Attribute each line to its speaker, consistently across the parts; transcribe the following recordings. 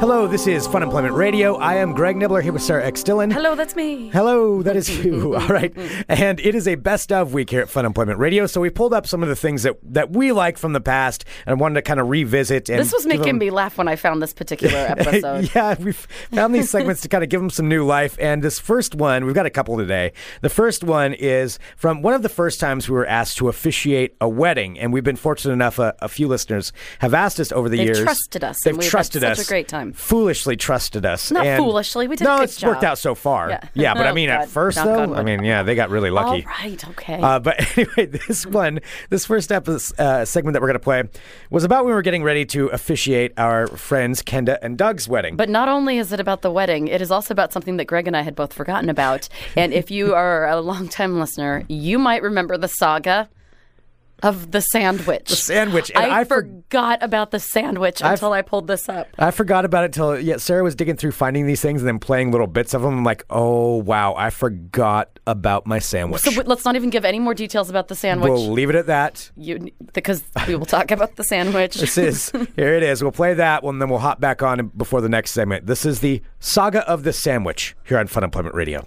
Speaker 1: Hello, this is Fun Employment Radio. I am Greg Nibbler here with Sarah X. Dillon.
Speaker 2: Hello, that's me.
Speaker 1: Hello, that is you. All right. And it is a best of week here at Fun Employment Radio. So we pulled up some of the things that, that we like from the past and wanted to kind of revisit. And
Speaker 2: This was
Speaker 1: give
Speaker 2: making
Speaker 1: them-
Speaker 2: me laugh when I found this particular episode.
Speaker 1: yeah, we found these segments to kind of give them some new life. And this first one, we've got a couple today. The first one is from one of the first times we were asked to officiate a wedding, and we've been fortunate enough. uh, A, a few listeners have asked us over the
Speaker 2: They've
Speaker 1: years.
Speaker 2: trusted us,
Speaker 1: They've
Speaker 2: and we've had
Speaker 1: trusted
Speaker 2: such
Speaker 1: us.
Speaker 2: a great time.
Speaker 1: Foolishly trusted us.
Speaker 2: Not
Speaker 1: and-
Speaker 2: foolishly, we did a
Speaker 1: No,
Speaker 2: good
Speaker 1: it's worked
Speaker 2: job.
Speaker 1: out so far.
Speaker 2: Yeah.
Speaker 1: but I
Speaker 2: Oh,
Speaker 1: mean, at
Speaker 2: God.
Speaker 1: first
Speaker 2: Knock on
Speaker 1: though,
Speaker 2: wood.
Speaker 1: I mean, yeah, they got really lucky.
Speaker 2: All right, okay.
Speaker 1: Uh, but anyway, this one, this first episode, uh, segment that we're going to play was about when we were getting ready to officiate our friends Kenda and Doug's wedding.
Speaker 2: but not only is it about the wedding, it is also about something that Greg and I had both forgotten about. And if you are a longtime listener, you might remember the saga of the sandwich. The
Speaker 1: sandwich, and
Speaker 2: I,
Speaker 1: I for-
Speaker 2: forgot about the sandwich until I pulled this up.
Speaker 1: I forgot about it till yeah, Sarah was digging through finding these things and then playing little bits of them. I'm like, oh wow, I forgot about my sandwich.
Speaker 2: So w- let's not even give any more details about the sandwich.
Speaker 1: we'll leave it at that.
Speaker 2: you, because we will talk about the sandwich.
Speaker 1: This is here it is. We'll play that one, then we'll hop back on before the next segment. This is the saga of the sandwich here on Fun Employment Radio.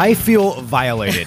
Speaker 3: I feel violated.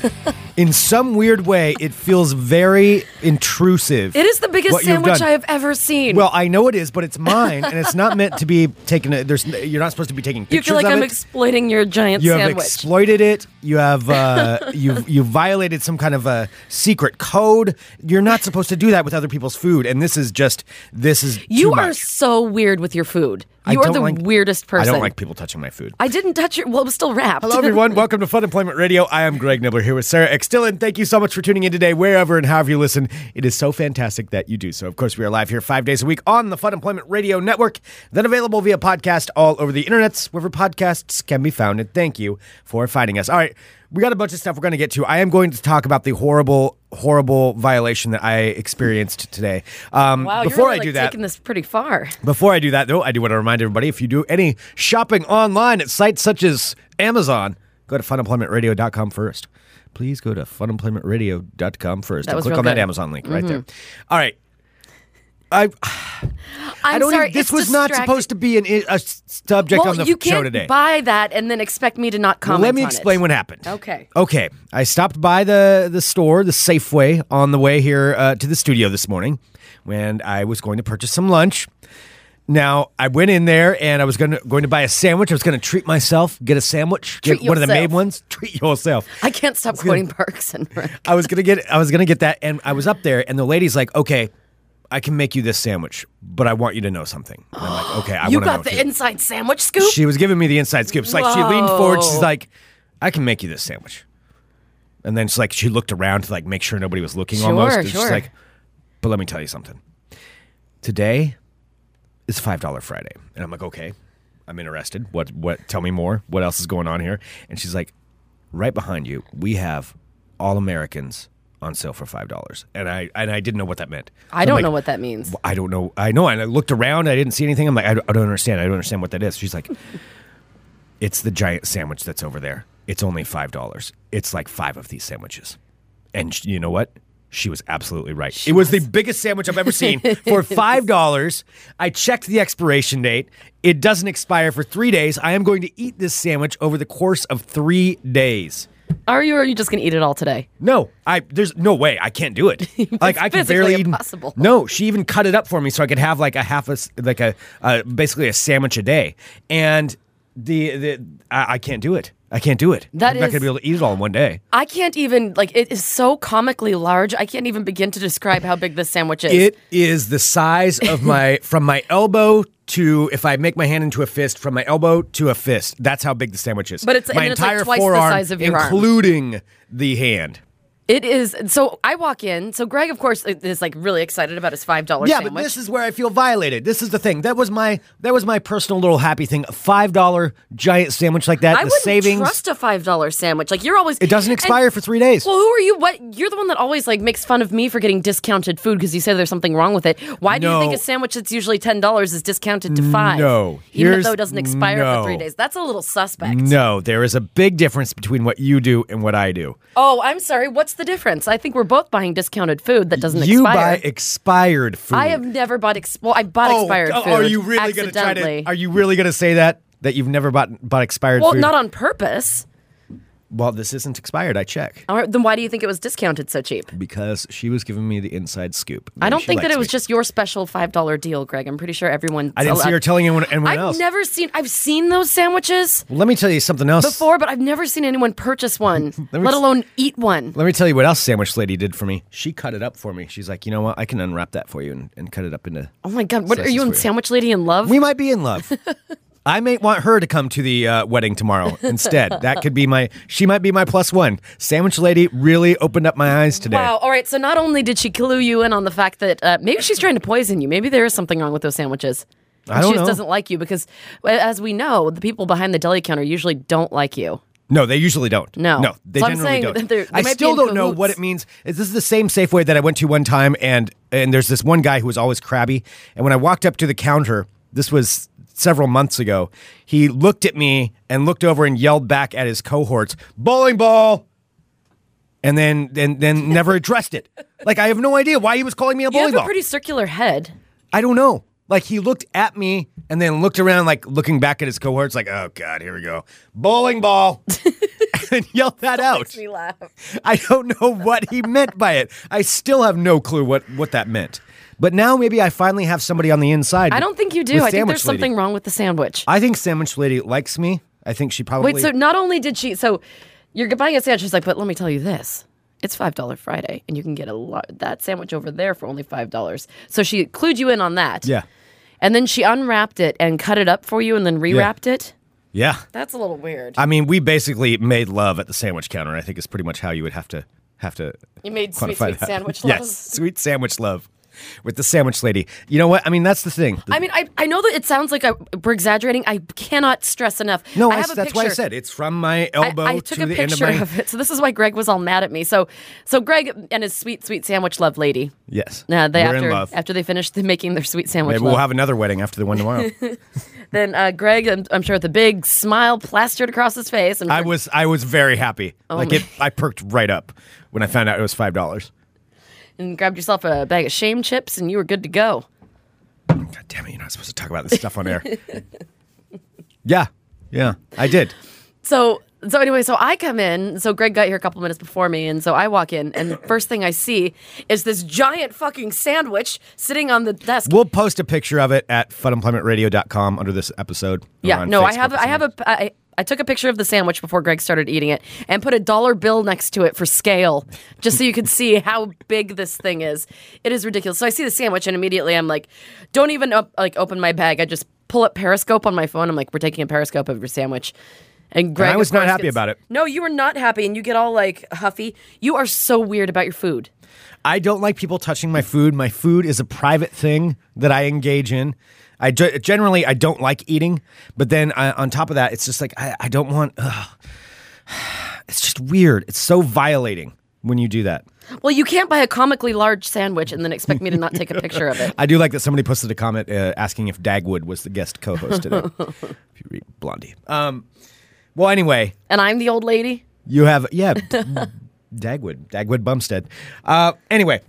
Speaker 3: In some weird way, it feels very intrusive.
Speaker 4: It is the biggest
Speaker 3: what you've
Speaker 4: sandwich
Speaker 3: done.
Speaker 4: I have ever seen.
Speaker 3: Well, I know it is, but it's mine, and it's not meant to be taken. There's, you're not supposed to be taking
Speaker 4: you
Speaker 3: pictures
Speaker 4: feel like
Speaker 3: of
Speaker 4: I'm
Speaker 3: it.
Speaker 4: exploiting your giant
Speaker 3: you have
Speaker 4: sandwich.
Speaker 3: exploited it. You have uh, you you violated some kind of a secret code. You're not supposed to do that with other people's food, and this is just this is
Speaker 4: you
Speaker 3: too
Speaker 4: are
Speaker 3: much.
Speaker 4: so weird with your food.
Speaker 3: I
Speaker 4: You are
Speaker 3: don't
Speaker 4: the
Speaker 3: like-
Speaker 4: weirdest person.
Speaker 3: I don't like people touching my food.
Speaker 4: I didn't touch your. Well, it was still wrapped.
Speaker 3: Hello, everyone. Welcome to Fun Employment Radio. I am Greg Nibbler here with Sarah X. Dillon. Thank you so much for tuning in today, wherever and however you listen. It is so fantastic that you do so. Of course, we are live here five days a week on the Fun Employment Radio Network, then available via podcast all over the internets, wherever podcasts can be found. And thank you for finding us. All right, we got a bunch of stuff we're going to get to. I am going to talk about the horrible, horrible violation that I experienced today. Um,
Speaker 4: Wow,
Speaker 3: before
Speaker 4: you're really,
Speaker 3: I do
Speaker 4: like,
Speaker 3: that,
Speaker 4: taking this pretty far.
Speaker 3: before I do that, though, I do want to remind everybody if you do any shopping online at sites such as Amazon, go to funemploymentradio.com first. Please go to funemploymentradio.com first.
Speaker 4: That
Speaker 3: and
Speaker 4: was
Speaker 3: click
Speaker 4: real
Speaker 3: on that
Speaker 4: good. Mm-hmm.
Speaker 3: Amazon link right there. All right. I,
Speaker 4: I'm
Speaker 3: I don't
Speaker 4: sorry.
Speaker 3: even, this
Speaker 4: it's
Speaker 3: was not
Speaker 4: distract-
Speaker 3: supposed to be an, i- a s- subject
Speaker 4: Well,
Speaker 3: on the
Speaker 4: you
Speaker 3: f- show
Speaker 4: can't
Speaker 3: today.
Speaker 4: buy that and then expect me to not
Speaker 3: Well,
Speaker 4: comment.
Speaker 3: let me
Speaker 4: on
Speaker 3: explain
Speaker 4: it.
Speaker 3: what happened.
Speaker 4: Okay.
Speaker 3: Okay. I stopped by the the store, the Safeway, on the way here uh, to the studio this morning, when I was going to purchase some lunch. Now I went in there and I was going to going to buy a sandwich. I was going to treat myself, get a sandwich,
Speaker 4: Treat
Speaker 3: get one of the made
Speaker 4: yourself.
Speaker 3: ones. Treat yourself.
Speaker 4: I can't stop quoting Parks and Rec.
Speaker 3: I was gonna get I was gonna get that, and I was up there, and the lady's like, "Okay, I can make you this sandwich, but I want you to know something." And I'm like, "Okay, I
Speaker 4: You
Speaker 3: want to know."
Speaker 4: got the
Speaker 3: too."
Speaker 4: inside sandwich scoop.
Speaker 3: She was giving me the inside scoop. It's like she leaned forward. She's like, "I can make you this sandwich," and then she's like, she looked around to like make sure nobody was looking.
Speaker 4: Sure,
Speaker 3: almost, and
Speaker 4: sure.
Speaker 3: she's like, "But let me tell you something. Today is five dollar Friday," and I'm like, "Okay, I'm interested. What? What? Tell me more. What else is going on here?" And she's like, "Right behind you, we have All Americans." On sale for five dollars, and I and I didn't know what that meant.
Speaker 4: I
Speaker 3: I'm
Speaker 4: don't
Speaker 3: like,
Speaker 4: know what that means.
Speaker 3: I don't know. I know. And I looked around. I didn't see anything. I'm like, I don't, I don't understand. I don't understand what that is. She's like, it's the giant sandwich that's over there. It's only $5. It's like five of these sandwiches. And sh- you know what? She was absolutely right. it was, the biggest sandwich I've ever seen for $5. I checked the expiration date. It doesn't expire for three days. I am going to eat this sandwich over the course of three days.
Speaker 4: Are you? Or are you just gonna eat it all today?
Speaker 3: No, I there's no way I can't do it. Like I can
Speaker 4: physically
Speaker 3: barely even-
Speaker 4: impossible.
Speaker 3: No, she even cut it up for me so I could have like a half a s- like a uh, basically a sandwich a day, and the the I, I can't do it. I can't do it.
Speaker 4: That
Speaker 3: I'm not
Speaker 4: is-
Speaker 3: gonna be able to eat it all in one day.
Speaker 4: I can't even like it is so comically large. I can't even begin to describe how big this sandwich is.
Speaker 3: It is the size of my from my elbow to if I make my hand into a fist from my elbow to a fist. That's how big the sandwich is.
Speaker 4: But it's- and
Speaker 3: my
Speaker 4: then it's, like,
Speaker 3: entire
Speaker 4: twice the
Speaker 3: forearm,
Speaker 4: size of your arm.
Speaker 3: including the hand.
Speaker 4: It is. So I walk in. So Greg, of course, is like really excited about his five dollar
Speaker 3: Yeah,
Speaker 4: sandwich.
Speaker 3: but this is where I feel violated. This is the thing. That was my that was my personal little happy thing. A five dollar giant sandwich like that.
Speaker 4: I
Speaker 3: the
Speaker 4: wouldn't
Speaker 3: savings.
Speaker 4: trust a five dollar sandwich. Like you're always.
Speaker 3: it doesn't
Speaker 4: and-
Speaker 3: expire for three days.
Speaker 4: Well, who are you? What you're the one that always like makes fun of me for getting discounted food because you say there's something wrong with it. Why do
Speaker 3: No.
Speaker 4: you think a sandwich that's usually ten dollars is discounted to five?
Speaker 3: No.
Speaker 4: even
Speaker 3: Here's-
Speaker 4: though it doesn't expire
Speaker 3: no.
Speaker 4: for three days. That's a little suspect.
Speaker 3: no, there is a big difference between what you do and what I do.
Speaker 4: Oh, I'm sorry. What's the difference? I think we're both buying discounted food that doesn't
Speaker 3: You
Speaker 4: expire.
Speaker 3: buy expired food.
Speaker 4: I have never bought ex- well, I bought expired
Speaker 3: oh,
Speaker 4: food.
Speaker 3: Are you really gonna try
Speaker 4: accidentally.
Speaker 3: to? Are you really gonna say that that you've never bought bought expired
Speaker 4: well,
Speaker 3: food?
Speaker 4: not on purpose.
Speaker 3: well, this isn't expired. I check
Speaker 4: All right, Then why do you think it was discounted so cheap?
Speaker 3: because she was giving me the inside scoop.
Speaker 4: I
Speaker 3: Maybe
Speaker 4: don't
Speaker 3: she
Speaker 4: think that
Speaker 3: likes
Speaker 4: it was
Speaker 3: me.
Speaker 4: just your special five dollar deal, Greg. I'm pretty sure everyone.
Speaker 3: I didn't see her telling anyone, anyone
Speaker 4: I've
Speaker 3: else.
Speaker 4: never seen. I've seen those sandwiches
Speaker 3: Well, let me tell you something else.
Speaker 4: before, but I've never seen anyone purchase one,
Speaker 3: Let
Speaker 4: let,
Speaker 3: me s-
Speaker 4: alone eat one.
Speaker 3: Let me tell you what else Sandwich Lady did for me. She cut it up for me. She's like, you know what? I can unwrap that for you and, and cut it up into.
Speaker 4: Oh my god, what are
Speaker 3: Slices
Speaker 4: you
Speaker 3: for
Speaker 4: and
Speaker 3: you.
Speaker 4: Sandwich Lady in love?
Speaker 3: We might be in love. I may want her to come to the uh, wedding tomorrow instead. That could be my. She might be my plus one. Sandwich Lady really opened up my eyes today.
Speaker 4: Wow. All right. So not only did she clue you in on the fact that uh, maybe she's trying to poison you, maybe there is something wrong with those sandwiches.
Speaker 3: I don't
Speaker 4: she just
Speaker 3: know.
Speaker 4: doesn't like you because, well, as we know, the people behind the deli counter usually don't like you.
Speaker 3: No, they usually don't.
Speaker 4: No.
Speaker 3: no, they
Speaker 4: So I'm
Speaker 3: generally
Speaker 4: saying
Speaker 3: don't.
Speaker 4: that they're- they
Speaker 3: I
Speaker 4: might be
Speaker 3: still
Speaker 4: in
Speaker 3: don't know what
Speaker 4: cahoots.
Speaker 3: it means. Is This is the same Safeway that I went to one time, and and there's this one guy who was always crabby. And when I walked up to the counter, this was several months ago. He looked at me and looked over and yelled back at his cohorts, "Bowling ball." And then, then, then never addressed it. Like I have no idea why he was calling me a
Speaker 4: You
Speaker 3: bowling
Speaker 4: have a
Speaker 3: ball.
Speaker 4: pretty circular head.
Speaker 3: I don't know. Like he looked at me and then looked around, like looking back at his cohorts, like, "Oh God, here we go, bowling ball," and yelled that out.
Speaker 4: laugh.
Speaker 3: I don't know what he meant by it. I still have no clue what what that meant. But now maybe I finally have somebody on the inside.
Speaker 4: I don't think you do.
Speaker 3: with
Speaker 4: I think
Speaker 3: Sandwich
Speaker 4: there's something
Speaker 3: Lady.
Speaker 4: wrong with the sandwich.
Speaker 3: I think sandwich lady likes me. I think she probably.
Speaker 4: Wait, so not only did she, so you're buying a sandwich, she's like, but let me tell you this. It's five dollar Friday, and you can get a lot that sandwich over there for only five dollars. So she clued you in on that.
Speaker 3: yeah,
Speaker 4: And then she unwrapped it and cut it up for you, and then rewrapped it.
Speaker 3: yeah.
Speaker 4: That's a little weird.
Speaker 3: I mean, we basically made love at the sandwich counter. I think is pretty much how you would have to have to.
Speaker 4: You made sweet,
Speaker 3: quantify
Speaker 4: sweet
Speaker 3: that.
Speaker 4: sandwich love.
Speaker 3: yes, sweet sandwich love with the sandwich lady. You know what? I mean, that's the thing.
Speaker 4: I mean, I, I know that it sounds like I, we're exaggerating. I cannot stress enough.
Speaker 3: no,
Speaker 4: I
Speaker 3: that's-
Speaker 4: have a
Speaker 3: that's why I
Speaker 4: picture.
Speaker 3: said it's from my
Speaker 4: I,
Speaker 3: elbow
Speaker 4: I took
Speaker 3: to
Speaker 4: a
Speaker 3: the end of
Speaker 4: picture
Speaker 3: my.
Speaker 4: of it, so this is why Greg was all mad at me. So, so Greg and his sweet, sweet sandwich love lady.
Speaker 3: Yes.
Speaker 4: Now they
Speaker 3: We're
Speaker 4: after
Speaker 3: in love.
Speaker 4: after they finished the making their sweet sandwich.
Speaker 3: Maybe we'll
Speaker 4: love.
Speaker 3: have another wedding after the one tomorrow.
Speaker 4: then uh, Greg, I'm, I'm sure with a big smile plastered across his face, and
Speaker 3: I was I was very happy. like
Speaker 4: Oh my-
Speaker 3: it, I perked right up when I found out it was five dollars.
Speaker 4: and grabbed yourself a bag of shame chips, and you were good to go.
Speaker 3: God damn it! You're not supposed to talk about this stuff on air. yeah, yeah, I did.
Speaker 4: So so anyway, so I come in. So Greg got here a couple minutes before me, and so I walk in, and the first thing I see is this giant fucking sandwich sitting on the desk.
Speaker 3: We'll post a picture of it at funemploymentradio.com under this episode. or
Speaker 4: yeah,
Speaker 3: on
Speaker 4: no, I
Speaker 3: Facebook
Speaker 4: have
Speaker 3: or
Speaker 4: I have a I, I took a picture of the sandwich before Greg started eating it, and put a dollar bill next to it for scale, just so you could see how big this thing is. It is ridiculous. So I see the sandwich, and immediately I'm like, don't even up, like open my bag. I just pull up Periscope on my phone. I'm like, we're taking a Periscope of your sandwich. And Greg,
Speaker 3: I was
Speaker 4: of
Speaker 3: not
Speaker 4: course,
Speaker 3: happy
Speaker 4: gets-
Speaker 3: about it.
Speaker 4: No, you were not happy, and you get all like huffy. You are so weird about your food.
Speaker 3: I don't like people touching my food. My food is a private thing that I engage in. I ge- generally I don't like eating, but then I, on top of that, it's just like I, I don't want. Ugh. It's just weird. It's so violating when you do that.
Speaker 4: Well, you can't buy a comically large sandwich and then expect me to not take a picture of it.
Speaker 3: I do like that somebody posted a comment uh, asking if Dagwood was the guest co-host today. if you read Blondie. Um, well, anyway,
Speaker 4: And I'm the old lady.
Speaker 3: you have yeah, Dagwood, Dagwood Bumstead. Uh, anyway,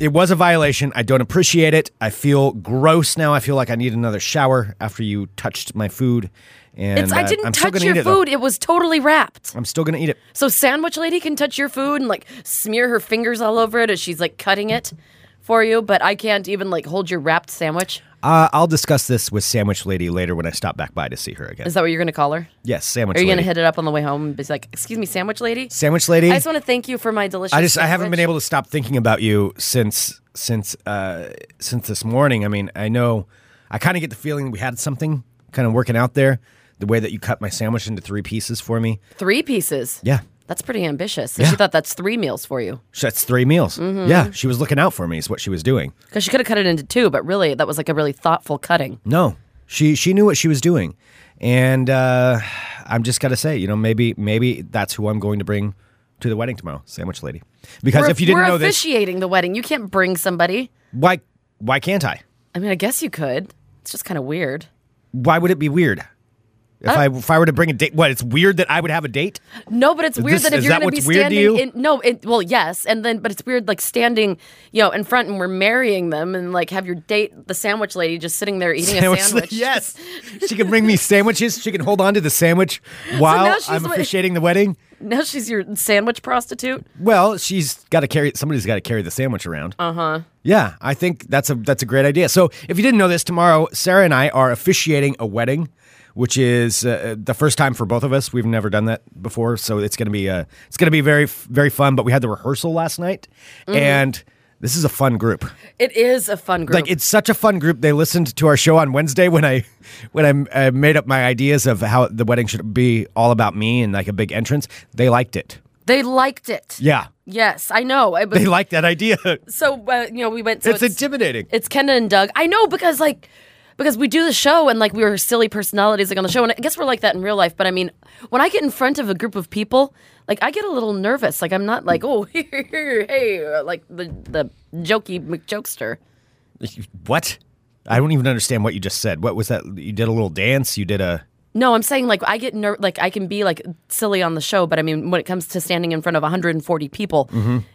Speaker 3: it was a violation. I don't appreciate it. I feel gross now. I feel like I need another shower after you touched my food. And
Speaker 4: It's, I
Speaker 3: uh,
Speaker 4: didn't
Speaker 3: I'm still
Speaker 4: touch
Speaker 3: gonna
Speaker 4: your
Speaker 3: eat it, though.
Speaker 4: food. It was totally wrapped.
Speaker 3: I'm still gonna eat it.
Speaker 4: So sandwich lady can touch your food and like smear her fingers all over it as she's like cutting it for you, but I can't even like hold your wrapped sandwich.
Speaker 3: Uh, I'll discuss this with Sandwich Lady later when I stop back by to see her again.
Speaker 4: Is that what you're gonna call her?
Speaker 3: yes, Sandwich
Speaker 4: Are you
Speaker 3: Lady.
Speaker 4: gonna hit it up on the way home and be like, "Excuse me, sandwich lady"?
Speaker 3: Sandwich Lady.
Speaker 4: I just want to thank you for my delicious.
Speaker 3: I just I haven't
Speaker 4: sandwich."
Speaker 3: been able to stop thinking about you since since uh since this morning. I mean, I know I kind of get the feeling we had something kind of working out there. The way that you cut my sandwich into three pieces for me.
Speaker 4: three pieces.
Speaker 3: Yeah.
Speaker 4: That's pretty ambitious. So
Speaker 3: Yeah.
Speaker 4: she thought that's three meals for you.
Speaker 3: So that's three meals.
Speaker 4: Mm-hmm.
Speaker 3: Yeah, she was looking out for me. Is what she was doing.
Speaker 4: Because she could have cut it into two, but really, that was like a really thoughtful cutting.
Speaker 3: No, she she knew what she was doing, and uh, I'm just gotta say, you know, maybe maybe that's who I'm going to bring to the wedding tomorrow, sandwich lady. Because
Speaker 4: we're
Speaker 3: if you didn't
Speaker 4: we're
Speaker 3: know this,
Speaker 4: officiating the wedding. You can't bring somebody.
Speaker 3: why why can't I?
Speaker 4: I mean, I guess you could. It's just kind of weird.
Speaker 3: Why would it be weird? If
Speaker 4: Uh,
Speaker 3: I if I were to bring a date, what? It's weird that I would have a date.
Speaker 4: No, but it's weird
Speaker 3: this-
Speaker 4: that if
Speaker 3: is
Speaker 4: you're
Speaker 3: that
Speaker 4: going to be
Speaker 3: what's weird to
Speaker 4: standing
Speaker 3: you?
Speaker 4: in no, it, well, yes, and then but it's weird like standing, you know, in front and we're marrying them and like have your date the sandwich lady just sitting there eating a sandwich.
Speaker 3: yes, she can bring me sandwiches. She can hold on to the sandwich while
Speaker 4: she's
Speaker 3: I'm
Speaker 4: like-
Speaker 3: officiating the wedding.
Speaker 4: Now she's your sandwich prostitute.
Speaker 3: Well, she's got to carry. Somebody's got to carry the sandwich around. Uh huh.
Speaker 4: Uh-huh.
Speaker 3: Yeah, I think that's a that's a great idea. So, if you didn't know this, tomorrow Sarah and I are officiating a wedding, which is uh, the first time for both of us. We've never done that before, so it's gonna be uh, it's gonna be very very fun. But we had the rehearsal last night,
Speaker 4: Mm-hmm.
Speaker 3: and this is a fun group.
Speaker 4: It is a fun group.
Speaker 3: Like it's such a fun group. They listened to our show on Wednesday when I when I, I made up my ideas of how the wedding should be all about me and like a big entrance. They liked it.
Speaker 4: they liked it.
Speaker 3: Yeah.
Speaker 4: Yes, I know. I,
Speaker 3: They liked that idea.
Speaker 4: so uh, you know we went. So
Speaker 3: it's, intimidating.
Speaker 4: It's Kendra and Doug. I know because like because we do the show and like we are silly personalities like on the show and I guess we're like that in real life. But I mean, when I get in front of a group of people, like I get a little nervous. Like I'm not like oh hey uh, like the the jokey McJokester.
Speaker 3: what? I don't even understand what you just said. What was that? You did a little dance. You did a.
Speaker 4: No, I'm saying like I get ner- like I can be like silly on the show, but I mean when it comes to standing in front of 140 people,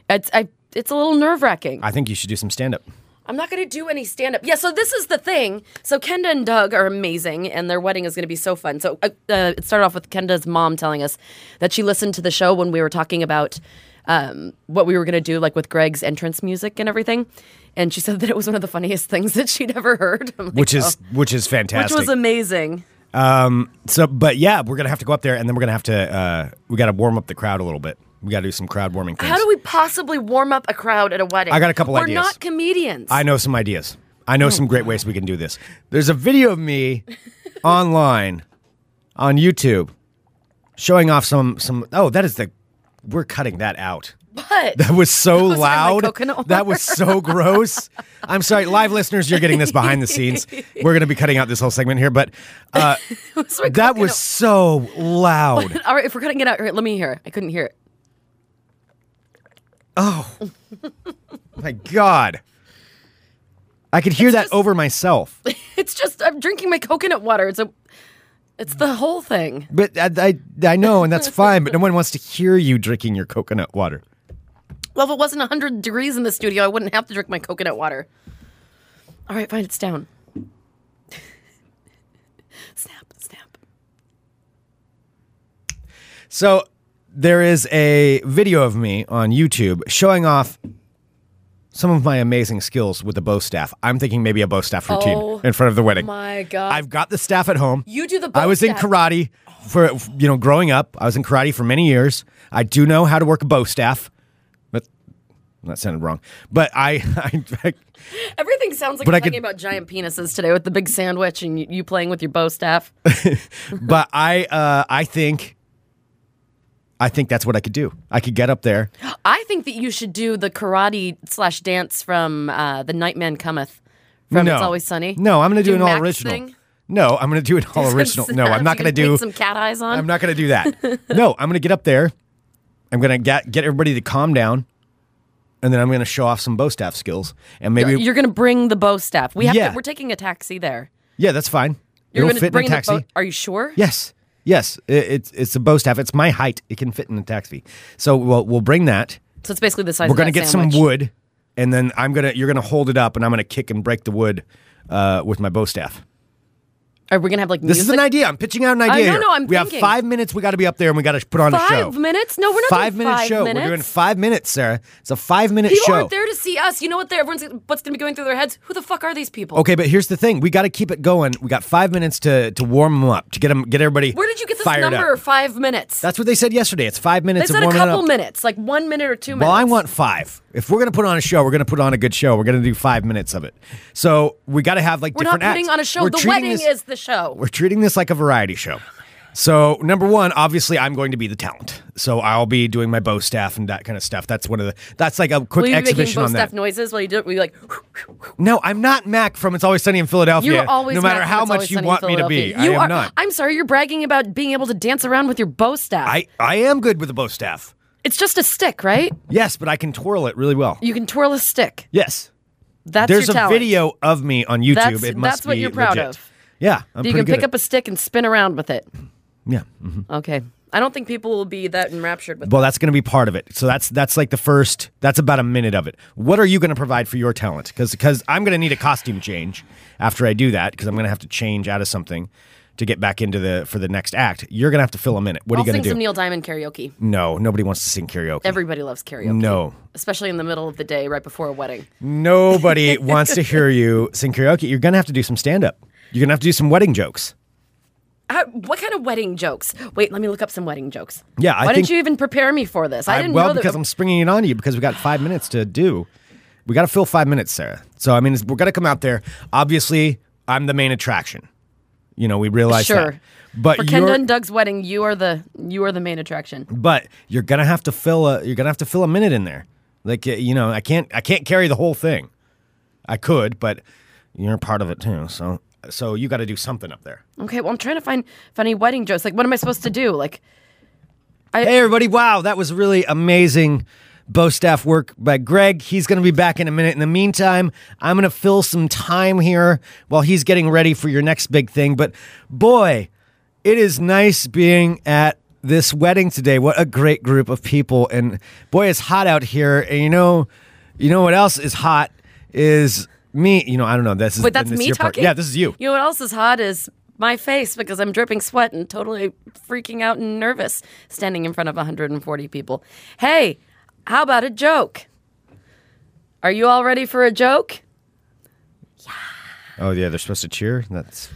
Speaker 4: it's I it's a little nerve wracking.
Speaker 3: I think you should do some stand up.
Speaker 4: I'm not going to do any stand up. Yeah, so this is the thing. So Kenda and Doug are amazing, and their wedding is going to be so fun. So uh, uh, it started off with Kenda's mom telling us that she listened to the show when we were talking about um, what we were going to do, like with Greg's entrance music and everything. And she said that it was one of the funniest things that she'd ever heard, I'm like,
Speaker 3: Which
Speaker 4: "Oh."
Speaker 3: is which is
Speaker 4: which
Speaker 3: fantastic.
Speaker 4: was amazing.
Speaker 3: so, but yeah, we're gonna have to go up there, and then we're gonna have to uh, we got to warm up the crowd a little bit. We got to do some crowd warming things.
Speaker 4: How do we possibly warm up a crowd at a wedding?
Speaker 3: I got a couple
Speaker 4: we're
Speaker 3: ideas.
Speaker 4: We're not comedians.
Speaker 3: I know some ideas. I know some great ways we can do this. There's a video of me online on YouTube showing off some some oh that is the we're cutting that out.
Speaker 4: but
Speaker 3: That was so
Speaker 4: was like my
Speaker 3: loud.
Speaker 4: coconut
Speaker 3: that was so gross. I'm sorry, live listeners, you're getting this behind the scenes. We're going to be cutting out this whole segment here, but uh,
Speaker 4: was my
Speaker 3: that was
Speaker 4: coconut.
Speaker 3: so loud.
Speaker 4: all right. If we're cutting it out, here, let me hear it. I couldn't hear it.
Speaker 3: My God, I could hear that over myself.
Speaker 4: It's just I'm drinking my coconut water. It's a, it's the whole thing.
Speaker 3: But I, I, I know, and that's fine. But no one wants to hear you drinking your coconut water.
Speaker 4: Well, if it wasn't 100 degrees in the studio, I wouldn't have to drink my coconut water. All right, fine. It's down. snap, snap.
Speaker 3: So there is a video of me on YouTube showing off some of my amazing skills with the bow staff. I'm thinking maybe a bow staff routine
Speaker 4: Oh
Speaker 3: in front of the wedding.
Speaker 4: my God.
Speaker 3: I've got the staff at home.
Speaker 4: You do the bow
Speaker 3: I was in
Speaker 4: staff.
Speaker 3: karate for you know growing up. I was in karate for many years. I do know how to work a bow staff, but that sounded wrong. But I, I,
Speaker 4: Everything sounds like
Speaker 3: But
Speaker 4: I'm
Speaker 3: I could-
Speaker 4: talking about giant penises today with the big sandwich and you, you playing with your bow staff.
Speaker 3: but I, uh, I think, I think that's what I could do. I could get up there.
Speaker 4: I think that you should do the karate slash dance from uh, The Nightman Cometh from It's Always Sunny.
Speaker 3: No, I'm going to do, an all
Speaker 4: Max
Speaker 3: original.
Speaker 4: thing.
Speaker 3: No, I'm going to do an all original. No, I'm not
Speaker 4: You
Speaker 3: going to
Speaker 4: can
Speaker 3: do.
Speaker 4: paint some cat eyes on.
Speaker 3: I'm not going to do that. no, I'm going to get up there. I'm going to get get everybody to calm down, and then I'm going to show off some bow staff skills, and maybe
Speaker 4: You're going to bring the bow staff. We have
Speaker 3: Yeah.
Speaker 4: to, we're taking a taxi there.
Speaker 3: yeah, that's fine.
Speaker 4: You're
Speaker 3: It'll
Speaker 4: gonna
Speaker 3: fit in
Speaker 4: bring
Speaker 3: a taxi.
Speaker 4: The bow- Are you sure?
Speaker 3: yes, yes, it, it's it's a bow staff. It's my height. It can fit in a taxi. So we'll we'll bring that.
Speaker 4: So it's basically the size.
Speaker 3: We're
Speaker 4: going
Speaker 3: gonna
Speaker 4: to
Speaker 3: get some wood, and then I'm gonna you're gonna hold it up, and I'm gonna kick and break the wood uh, with my bow staff.
Speaker 4: Are we going to have like
Speaker 3: This
Speaker 4: music?
Speaker 3: is an idea. I'm pitching out an idea.
Speaker 4: no,
Speaker 3: here.
Speaker 4: no, I'm
Speaker 3: we have
Speaker 4: thinking.
Speaker 3: five minutes. We got to be up there, and we got to put on a show.
Speaker 4: Five minutes? No, we're not doing
Speaker 3: five minute
Speaker 4: five
Speaker 3: show. We're doing
Speaker 4: minutes.
Speaker 3: five minutes, Sarah. It's a five minute
Speaker 4: People
Speaker 3: show.
Speaker 4: aren't there to see us. You know what? They're, everyone's what's going to be going through their heads? Who the fuck are these people?
Speaker 3: Okay, but here's the thing: we got to keep it going. We got five minutes to to warm them up to get them get everybody.
Speaker 4: Where did you get this
Speaker 3: fired
Speaker 4: number?
Speaker 3: Up.
Speaker 4: Five minutes.
Speaker 3: That's what they said yesterday. It's five
Speaker 4: they
Speaker 3: minutes.
Speaker 4: said
Speaker 3: of
Speaker 4: a
Speaker 3: warming
Speaker 4: couple
Speaker 3: up.
Speaker 4: minutes, like one minute or two minutes.
Speaker 3: Well, I want five. If we're gonna put on a show, we're gonna put on a good show. We're gonna do five minutes of it. So we got to have like
Speaker 4: We're not
Speaker 3: different
Speaker 4: putting
Speaker 3: acts.
Speaker 4: on a show.
Speaker 3: We're
Speaker 4: the
Speaker 3: treating
Speaker 4: wedding
Speaker 3: this-
Speaker 4: is the show.
Speaker 3: We're treating this like a variety show. So number one, obviously, I'm going to be the talent. So I'll be doing my bow staff and that kind of stuff. That's one of the. That's like a quick
Speaker 4: Will you be making
Speaker 3: exhibition
Speaker 4: bow
Speaker 3: on that.
Speaker 4: staff noises while you do it? Will you like?
Speaker 3: No, I'm not Mac from It's Always Sunny in Philadelphia.
Speaker 4: You're always
Speaker 3: no matter
Speaker 4: Matt from
Speaker 3: how
Speaker 4: It's
Speaker 3: much
Speaker 4: Always
Speaker 3: you
Speaker 4: Sunny in
Speaker 3: want me to be,
Speaker 4: Philadelphia. You
Speaker 3: I am
Speaker 4: are,
Speaker 3: not.
Speaker 4: I'm sorry, you're bragging about being able to dance around with your bow staff.
Speaker 3: I I am good with a bow staff.
Speaker 4: it's just a stick, right?
Speaker 3: Yes, but I can twirl it really well.
Speaker 4: You can twirl a stick.
Speaker 3: Yes,
Speaker 4: That's
Speaker 3: there's
Speaker 4: your
Speaker 3: a
Speaker 4: talent.
Speaker 3: video of me on YouTube.
Speaker 4: That's-
Speaker 3: it must
Speaker 4: that's what
Speaker 3: be
Speaker 4: you're proud
Speaker 3: legit.
Speaker 4: of.
Speaker 3: Yeah, I'm pretty
Speaker 4: You can
Speaker 3: good Mm-hmm.
Speaker 4: pick
Speaker 3: at-
Speaker 4: up a stick and spin around with it.
Speaker 3: yeah.
Speaker 4: Okay. I don't think people will be that enraptured with
Speaker 3: Well, that's going to be part of it. So that's that's like the first. That's about a minute of it. What are you going to provide for your talent? Because I'm going to need a costume change after I do that because I'm going to have to change out of something to get back into the for the next act. You're going to have to fill a minute. What
Speaker 4: I'll
Speaker 3: are you going
Speaker 4: sing
Speaker 3: to do?
Speaker 4: some Neil Diamond karaoke.
Speaker 3: no, nobody wants to sing karaoke.
Speaker 4: Everybody loves karaoke.
Speaker 3: No.
Speaker 4: Especially in the middle of the day right before a wedding.
Speaker 3: Nobody wants to hear you sing karaoke. You're going to have to do some stand up. You're going to have to do some wedding jokes.
Speaker 4: How, what kind of wedding jokes? Wait, let me look up some wedding jokes.
Speaker 3: Yeah, I
Speaker 4: Why
Speaker 3: think-
Speaker 4: didn't you even prepare me for this? I
Speaker 3: I-
Speaker 4: didn't
Speaker 3: well,
Speaker 4: know that.
Speaker 3: because I'm springing it on you because we got five minutes to do. We got to fill five minutes, Sarah. So I mean, it's, we're gonna come out there. Obviously, I'm the main attraction. You know, we realize
Speaker 4: Sure.
Speaker 3: that. But
Speaker 4: for Kenda
Speaker 3: you're,
Speaker 4: and Doug's wedding, you are the you are the main attraction.
Speaker 3: but you're gonna have to fill a you're gonna have to fill a minute in there. Like uh, you know, I can't I can't carry the whole thing. I could, but you're a part of it too. So so you got to do something up there.
Speaker 4: Okay, well, I'm trying to find funny wedding jokes. Like, what am I supposed to do? Like,
Speaker 3: Hey, everybody. Wow, that was really amazing bow staff work by Greg. He's going to be back in a minute. In the meantime, I'm going to fill some time here while he's getting ready for your next big thing. But boy, it is nice being at this wedding today. What a great group of people. And boy, it's hot out here. And you know, you know what else is hot is me. You know, I don't know. This is
Speaker 4: but that's
Speaker 3: this is
Speaker 4: me
Speaker 3: your part.
Speaker 4: talking.
Speaker 3: Yeah, this is you.
Speaker 4: You know what else is hot is my face because I'm dripping sweat and totally freaking out and nervous standing in front of 140 people. Hey, how about a joke? Are you all ready for a joke?
Speaker 3: Oh, yeah, they're supposed to cheer. That's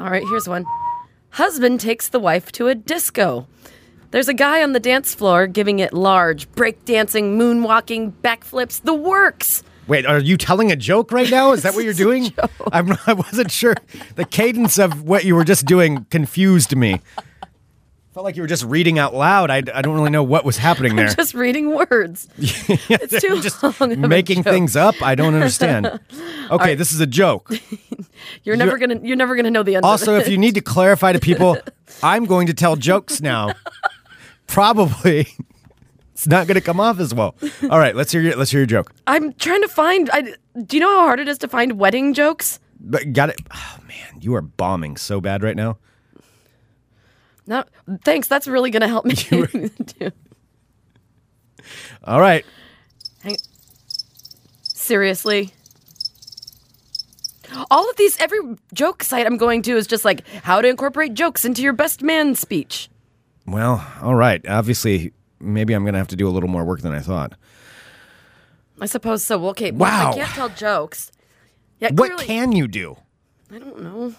Speaker 4: All right, here's one. Husband takes the wife to a disco. There's a guy on the dance floor giving it large, breakdancing, moonwalking, backflips, the works.
Speaker 3: Wait, are you telling a joke right now? Is that what you're doing? I'm, I wasn't sure. The cadence of what you were just doing confused me. Felt like you were just reading out loud. I, I don't really know what was happening there.
Speaker 4: Just reading words. it's too
Speaker 3: Just
Speaker 4: long. of a
Speaker 3: making
Speaker 4: joke.
Speaker 3: things up. I don't understand. Okay, this is a joke.
Speaker 4: You're never gonna. You're never gonna know the end.
Speaker 3: Also,
Speaker 4: of
Speaker 3: if you need to clarify to people, I'm going to tell jokes now. Probably it's not going to come off as well. All right, let's hear your let's hear your joke.
Speaker 4: I'm trying to find. I, do you know how hard it is to find wedding jokes?
Speaker 3: But got it. Oh man, you are bombing so bad right now.
Speaker 4: No, thanks. That's really gonna help me.
Speaker 3: All right.
Speaker 4: Hang- Seriously. All of these, every joke site I'm going to is just like how to incorporate jokes into your best man speech.
Speaker 3: Well, all right. Obviously, maybe I'm going to have to do a little more work than I thought.
Speaker 4: I suppose so. Well, okay.
Speaker 3: Wow.
Speaker 4: I can't tell jokes. Yeah,
Speaker 3: What
Speaker 4: clearly,
Speaker 3: can you do?
Speaker 4: I don't know.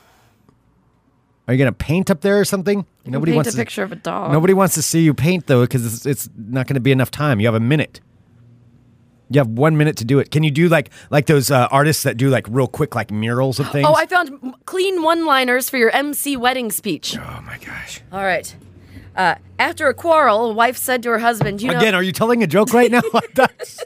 Speaker 3: Are you going to paint up there or something? Nobody
Speaker 4: Paint
Speaker 3: wants
Speaker 4: a
Speaker 3: to,
Speaker 4: picture of a dog.
Speaker 3: Nobody wants to see you paint though cuz it's, it's not going to be enough time. You have a minute. You have 1 minute to do it. Can you do like like those uh, artists that do like real quick like murals of things?
Speaker 4: Oh, I found m- clean one-liners for your MC wedding speech.
Speaker 3: Oh my gosh.
Speaker 4: All right. Uh, after a quarrel, a wife said to her husband, "You know."
Speaker 3: Again, are you telling a joke right now? That's-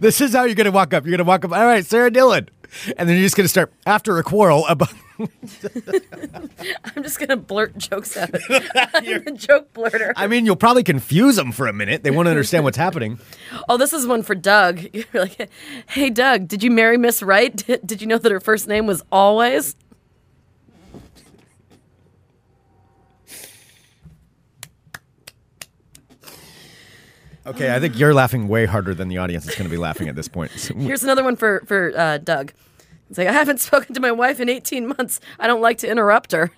Speaker 3: this is how you're going to walk up. You're going to walk up. All right, Sarah Dillon. And then you're just going to start after a quarrel about
Speaker 4: I'm just gonna blurt jokes out. I'm a joke blurter.
Speaker 3: I mean, you'll probably confuse them for a minute. They won't understand what's happening.
Speaker 4: Oh, this is one for Doug. You're like, hey, Doug, did you marry Miss Wright? Did, did you know that her first name was Always?
Speaker 3: Okay, I think you're laughing way harder than the audience is going to be laughing at this point. So-
Speaker 4: Here's another one for for uh, Doug. It's like, I haven't spoken to my wife in 18 months. I don't like to interrupt her.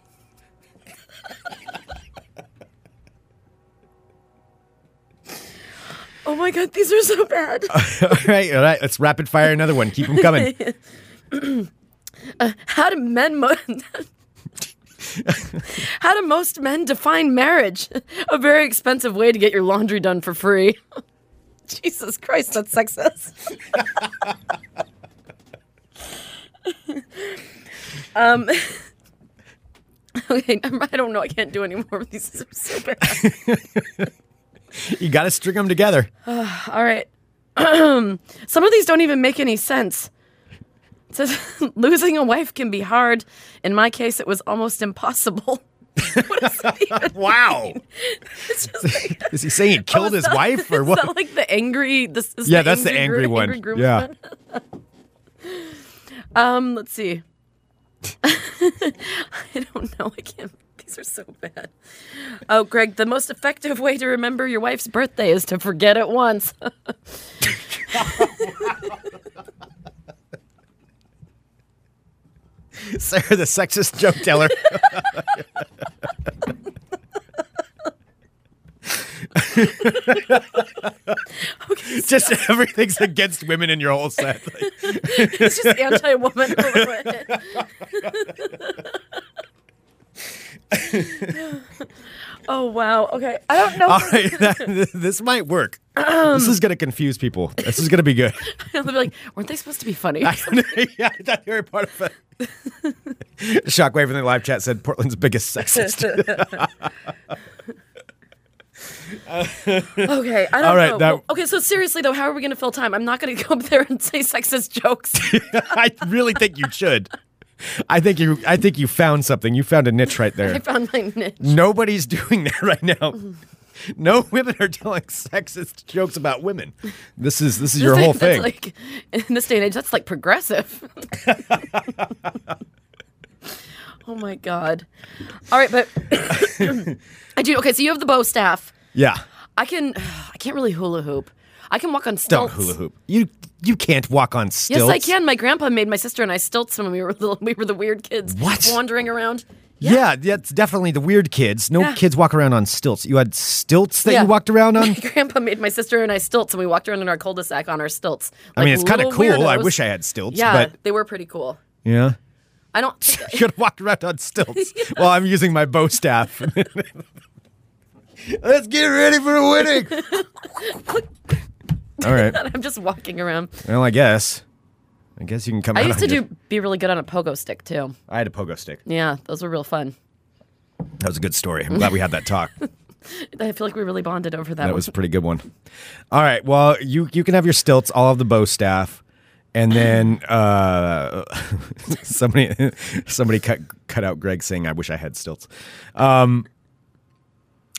Speaker 4: oh my God, these are so bad.
Speaker 3: all right, all right, let's rapid fire another one. Keep them coming.
Speaker 4: How do men mo- How do most men define marriage? A very expensive way to get your laundry done for free. Jesus Christ, that's sexist. um Okay, I'm, I don't know. I can't do anymore. These are super.
Speaker 3: You got to string them together.
Speaker 4: All right. Some of these don't even make any sense. It says losing a wife can be hard. In my case, it was almost impossible. what does that even
Speaker 3: Wow.
Speaker 4: It's just like,
Speaker 3: Is he saying he killed
Speaker 4: Oh,
Speaker 3: his
Speaker 4: is that-
Speaker 3: wife or
Speaker 4: is
Speaker 3: what?
Speaker 4: that like the angry? This is
Speaker 3: yeah,
Speaker 4: the
Speaker 3: that's the
Speaker 4: angry
Speaker 3: angry
Speaker 4: gro-
Speaker 3: one.
Speaker 4: angry group
Speaker 3: yeah.
Speaker 4: Um, let's see. I don't know. I can't. These are so bad. Oh, Greg, the most effective way to remember your wife's birthday is to forget it once.
Speaker 3: Sarah, the sexist joke teller. Just everything's against women in your whole set. Like,
Speaker 4: it's just anti-woman. oh wow. Okay. I don't know.
Speaker 3: all right, that, this might work. this is going to confuse people. This is going to be good.
Speaker 4: They'll be like, weren't they supposed to be funny?
Speaker 3: yeah, I thought you were part of it. Shockwave in the live chat said Portland's biggest sexist.
Speaker 4: Okay, I don't
Speaker 3: All right,
Speaker 4: know.
Speaker 3: that-
Speaker 4: Well, okay, so seriously though, how are we going to fill time? I'm not going to go up there and say sexist jokes.
Speaker 3: I really think you should. I think you. I think you found something. You found a niche right
Speaker 4: I
Speaker 3: there.
Speaker 4: found my niche.
Speaker 3: Nobody's doing that right now. No women are telling sexist jokes about women. This is this is your whole
Speaker 4: That's
Speaker 3: thing.
Speaker 4: Like in this day and age, that's like progressive. oh my god! All right, but I do. Okay, so you have the bow staff.
Speaker 3: yeah.
Speaker 4: I can. I can't really hula hoop. I can walk on
Speaker 3: Don't
Speaker 4: stilts.
Speaker 3: hula hoop. You you can't walk on
Speaker 4: Yes,
Speaker 3: stilts.
Speaker 4: I can. My grandpa made my sister and I stilts when we were little. We were the weird kids
Speaker 3: What?
Speaker 4: wandering around.
Speaker 3: Yeah, that's definitely the weird kids. No
Speaker 4: Yeah.
Speaker 3: kids walk around on stilts. You had stilts that
Speaker 4: Yeah.
Speaker 3: you walked around on.
Speaker 4: My grandpa made my sister and I stilts, and we walked around in our cul-de-sac on our stilts.
Speaker 3: I mean, it's
Speaker 4: kind of
Speaker 3: cool. I wish I had stilts,
Speaker 4: Yeah,
Speaker 3: but
Speaker 4: they were pretty cool.
Speaker 3: yeah.
Speaker 4: I don't. Think,
Speaker 3: You could walk around on stilts while I'm using my bow staff. Let's get ready for a wedding. All right.
Speaker 4: I'm just walking around.
Speaker 3: Well, I guess. I guess you can come
Speaker 4: I
Speaker 3: out
Speaker 4: used
Speaker 3: on
Speaker 4: to
Speaker 3: your-
Speaker 4: do be really good on a pogo stick too.
Speaker 3: I had a pogo stick.
Speaker 4: Yeah, those were real fun.
Speaker 3: That was a good story. I'm glad we had that talk.
Speaker 4: I feel like we really bonded over that.
Speaker 3: That
Speaker 4: one.
Speaker 3: was a pretty good one. All right. Well, you you can have your stilts. I'll have the bow staff, and then uh, somebody somebody cut cut out Greg saying, "I wish I had stilts." Um,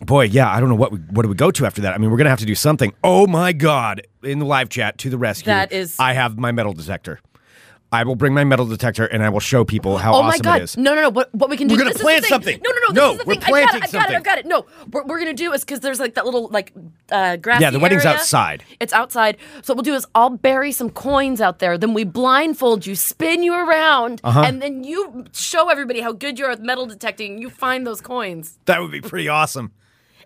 Speaker 3: boy, yeah, I don't know what we, what do we go to after that. I mean, we're gonna have to do something. Oh my god! In the live chat to the rescue.
Speaker 4: That is-
Speaker 3: I have my metal detector. I will bring my metal detector and I will show people how
Speaker 4: Oh
Speaker 3: awesome
Speaker 4: my god!
Speaker 3: it is.
Speaker 4: No, no, no! What, what we can do?
Speaker 3: We're gonna
Speaker 4: this is the
Speaker 3: plant
Speaker 4: thing.
Speaker 3: something.
Speaker 4: No, no, no! This
Speaker 3: No,
Speaker 4: is the
Speaker 3: we're
Speaker 4: thing. I got it,
Speaker 3: planting
Speaker 4: I got it! I
Speaker 3: something.
Speaker 4: got it! No, what we're gonna do is because there's like that little like uh, grassy.
Speaker 3: Yeah, the wedding's
Speaker 4: area.
Speaker 3: outside.
Speaker 4: It's outside. So what we'll do is I'll bury some coins out there. Then we blindfold you, spin you around,
Speaker 3: Uh-huh.
Speaker 4: and then you show everybody how good you are at metal detecting. You find those coins.
Speaker 3: That would be pretty awesome.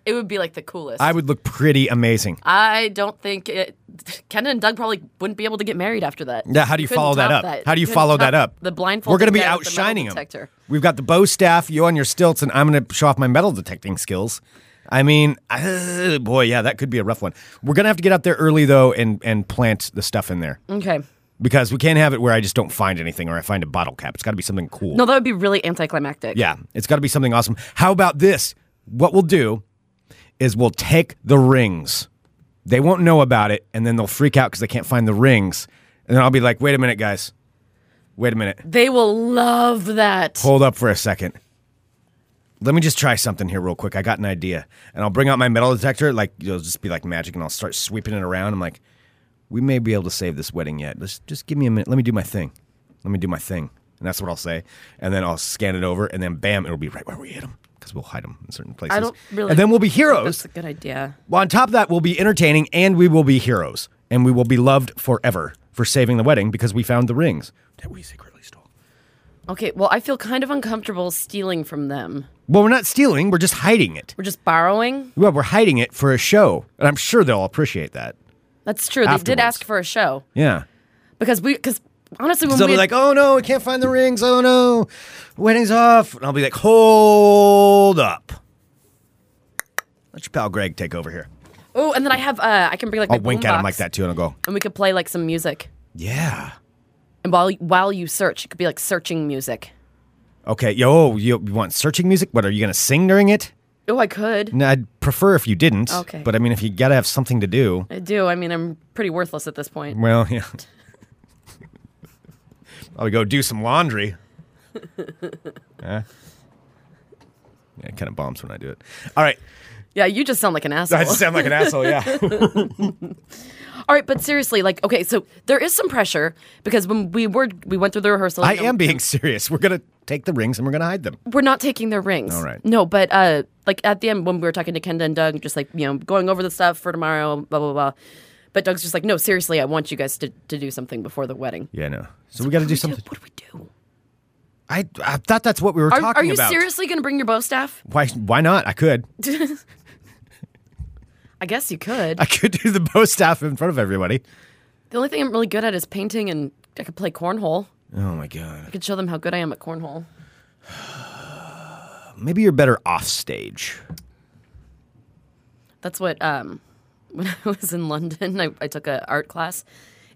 Speaker 4: It would be like the coolest.
Speaker 3: I would look pretty amazing.
Speaker 4: I don't think it, Kenna and Doug probably wouldn't be able to get married after that.
Speaker 3: Yeah, how do you
Speaker 4: Couldn't
Speaker 3: follow that
Speaker 4: top
Speaker 3: up? How do you
Speaker 4: Couldn't
Speaker 3: follow
Speaker 4: top
Speaker 3: that up?
Speaker 4: The blindfold.
Speaker 3: We're going to be outshining them.
Speaker 4: Detector.
Speaker 3: We've got the bow staff, you on your stilts, and I'm going to show off my metal detecting skills. I mean, uh, boy, yeah, that could be a rough one. We're going to have to get out there early though and and plant the stuff in there
Speaker 4: Okay.
Speaker 3: because we can't have it where I just don't find anything or I find a bottle cap. It's got to be something cool.
Speaker 4: No, that would be really anticlimactic.
Speaker 3: Yeah, it's got to be something awesome. How about this? What we'll do is we'll take the rings. They won't know about it, and then they'll freak out because they can't find the rings. And then I'll be like, "Wait a minute, guys. Wait a minute."
Speaker 4: They will love that.
Speaker 3: Hold up for a second. Let me just try something here real quick. I got an idea. And I'll bring out my metal detector. Like, it'll just be like magic, and I'll start sweeping it around. I'm like, we may be able to save this wedding yet. Let's just give me a minute. Let me do my thing. Let me do my thing. And that's what I'll say. And then I'll scan it over, and then bam, it'll be right where we hit them because we'll hide them in certain places.
Speaker 4: I don't really.
Speaker 3: and then we'll be
Speaker 4: think
Speaker 3: heroes.
Speaker 4: That's a good idea.
Speaker 3: Well, on top of that, we'll be entertaining and we will be heroes. And we will be loved forever for saving the wedding because we found the rings that we secretly stole.
Speaker 4: Okay. Well, I feel kind of uncomfortable stealing from them.
Speaker 3: Well, we're not stealing, we're just hiding it.
Speaker 4: We're just borrowing.
Speaker 3: Well, we're hiding it for a show, and I'm sure they'll appreciate that.
Speaker 4: That's true. They did
Speaker 3: Afterwards.
Speaker 4: ask for a show
Speaker 3: Yeah.
Speaker 4: because we because honestly when
Speaker 3: So I'll
Speaker 4: we
Speaker 3: be
Speaker 4: had-
Speaker 3: like, oh no, I can't find the rings. Oh no, wedding's off. And I'll be like, hold up. Let your pal Greg take over here.
Speaker 4: oh, and then I have uh I can bring like my
Speaker 3: I'll wink at him
Speaker 4: boombox,
Speaker 3: like that too, and I'll go,
Speaker 4: and we could play like some music.
Speaker 3: yeah.
Speaker 4: And while while you search, it could be like searching music.
Speaker 3: Okay. Yo, you, you want searching music? What are you gonna sing during it?
Speaker 4: Oh, I could.
Speaker 3: No, I'd prefer if you didn't.
Speaker 4: Okay.
Speaker 3: But I mean, if you gotta have something to do,
Speaker 4: I do. I mean, I'm pretty worthless at this point.
Speaker 3: well, yeah. I'll go do some laundry. Eh? Yeah, it kind of bombs when I do it. All right.
Speaker 4: Yeah, you just sound like an asshole.
Speaker 3: I just sound like an asshole. Yeah.
Speaker 4: All right, but seriously, like, okay, so there is some pressure because when we were we went through the rehearsal.
Speaker 3: I
Speaker 4: you know,
Speaker 3: am being serious. We're gonna take the rings and we're gonna hide them.
Speaker 4: We're not taking their rings.
Speaker 3: All right.
Speaker 4: No, but uh, like at the end when we were talking to Kenda and Doug, just like you know, going over the stuff for tomorrow, blah blah blah. But Doug's just like, no, seriously, I want you guys to, to do something before the wedding.
Speaker 3: Yeah, no. So we got to do something.
Speaker 4: What do we do?
Speaker 3: I, I thought that's what we were
Speaker 4: Are,
Speaker 3: talking
Speaker 4: are you
Speaker 3: about.
Speaker 4: seriously going to bring your bow staff?
Speaker 3: Why? Why not? I could.
Speaker 4: I guess you could.
Speaker 3: I could do the bow staff in front of everybody.
Speaker 4: the only thing I'm really good at is painting, and I could play cornhole.
Speaker 3: Oh my god.
Speaker 4: I could show them how good I am at cornhole.
Speaker 3: Maybe you're better off stage.
Speaker 4: That's what um, when I was in London, I, I took a art class,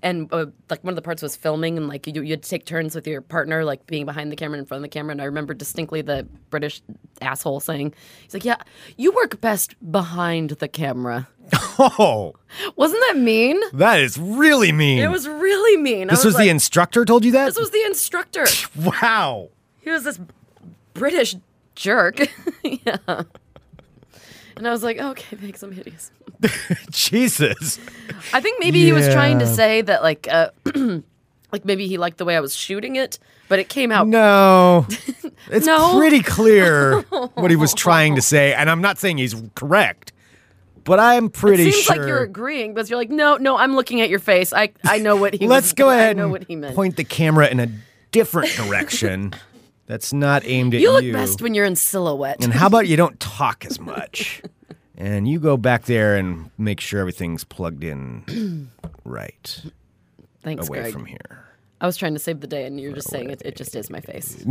Speaker 4: and uh, like one of the parts was filming, and like you you had to take turns with your partner, like being behind the camera and in front of the camera. And I remember distinctly the British asshole saying, "He's like, yeah, you work best behind the camera."
Speaker 3: Oh,
Speaker 4: Wasn't that mean?
Speaker 3: that is really mean.
Speaker 4: It was really mean. I
Speaker 3: this was, the
Speaker 4: like-
Speaker 3: instructor told you that.
Speaker 4: this was the instructor.
Speaker 3: wow.
Speaker 4: He was this British jerk. yeah. And I was like, okay, thanks, I'm hideous.
Speaker 3: Jesus.
Speaker 4: I think maybe he was trying to
Speaker 3: Yeah.
Speaker 4: say that like uh like maybe he liked the way I was shooting it, but it came out
Speaker 3: No. It's
Speaker 4: No.
Speaker 3: pretty clear what he was trying to say, and I'm not saying he's correct, but I'm
Speaker 4: it
Speaker 3: pretty
Speaker 4: seems
Speaker 3: sure.
Speaker 4: like you're agreeing, but you're like, no, no, I'm looking at your face. I I know what he
Speaker 3: Let's
Speaker 4: was-
Speaker 3: go ahead
Speaker 4: I know
Speaker 3: and
Speaker 4: what he meant.
Speaker 3: point the camera in a different direction that's not aimed at you.
Speaker 4: you look best when you're in silhouette.
Speaker 3: and how about you don't talk as much? and you go back there and make sure everything's plugged in right
Speaker 4: Thanks,
Speaker 3: away
Speaker 4: Greg.
Speaker 3: from here.
Speaker 4: I was trying to save the day and you're just saying it, it just is my face.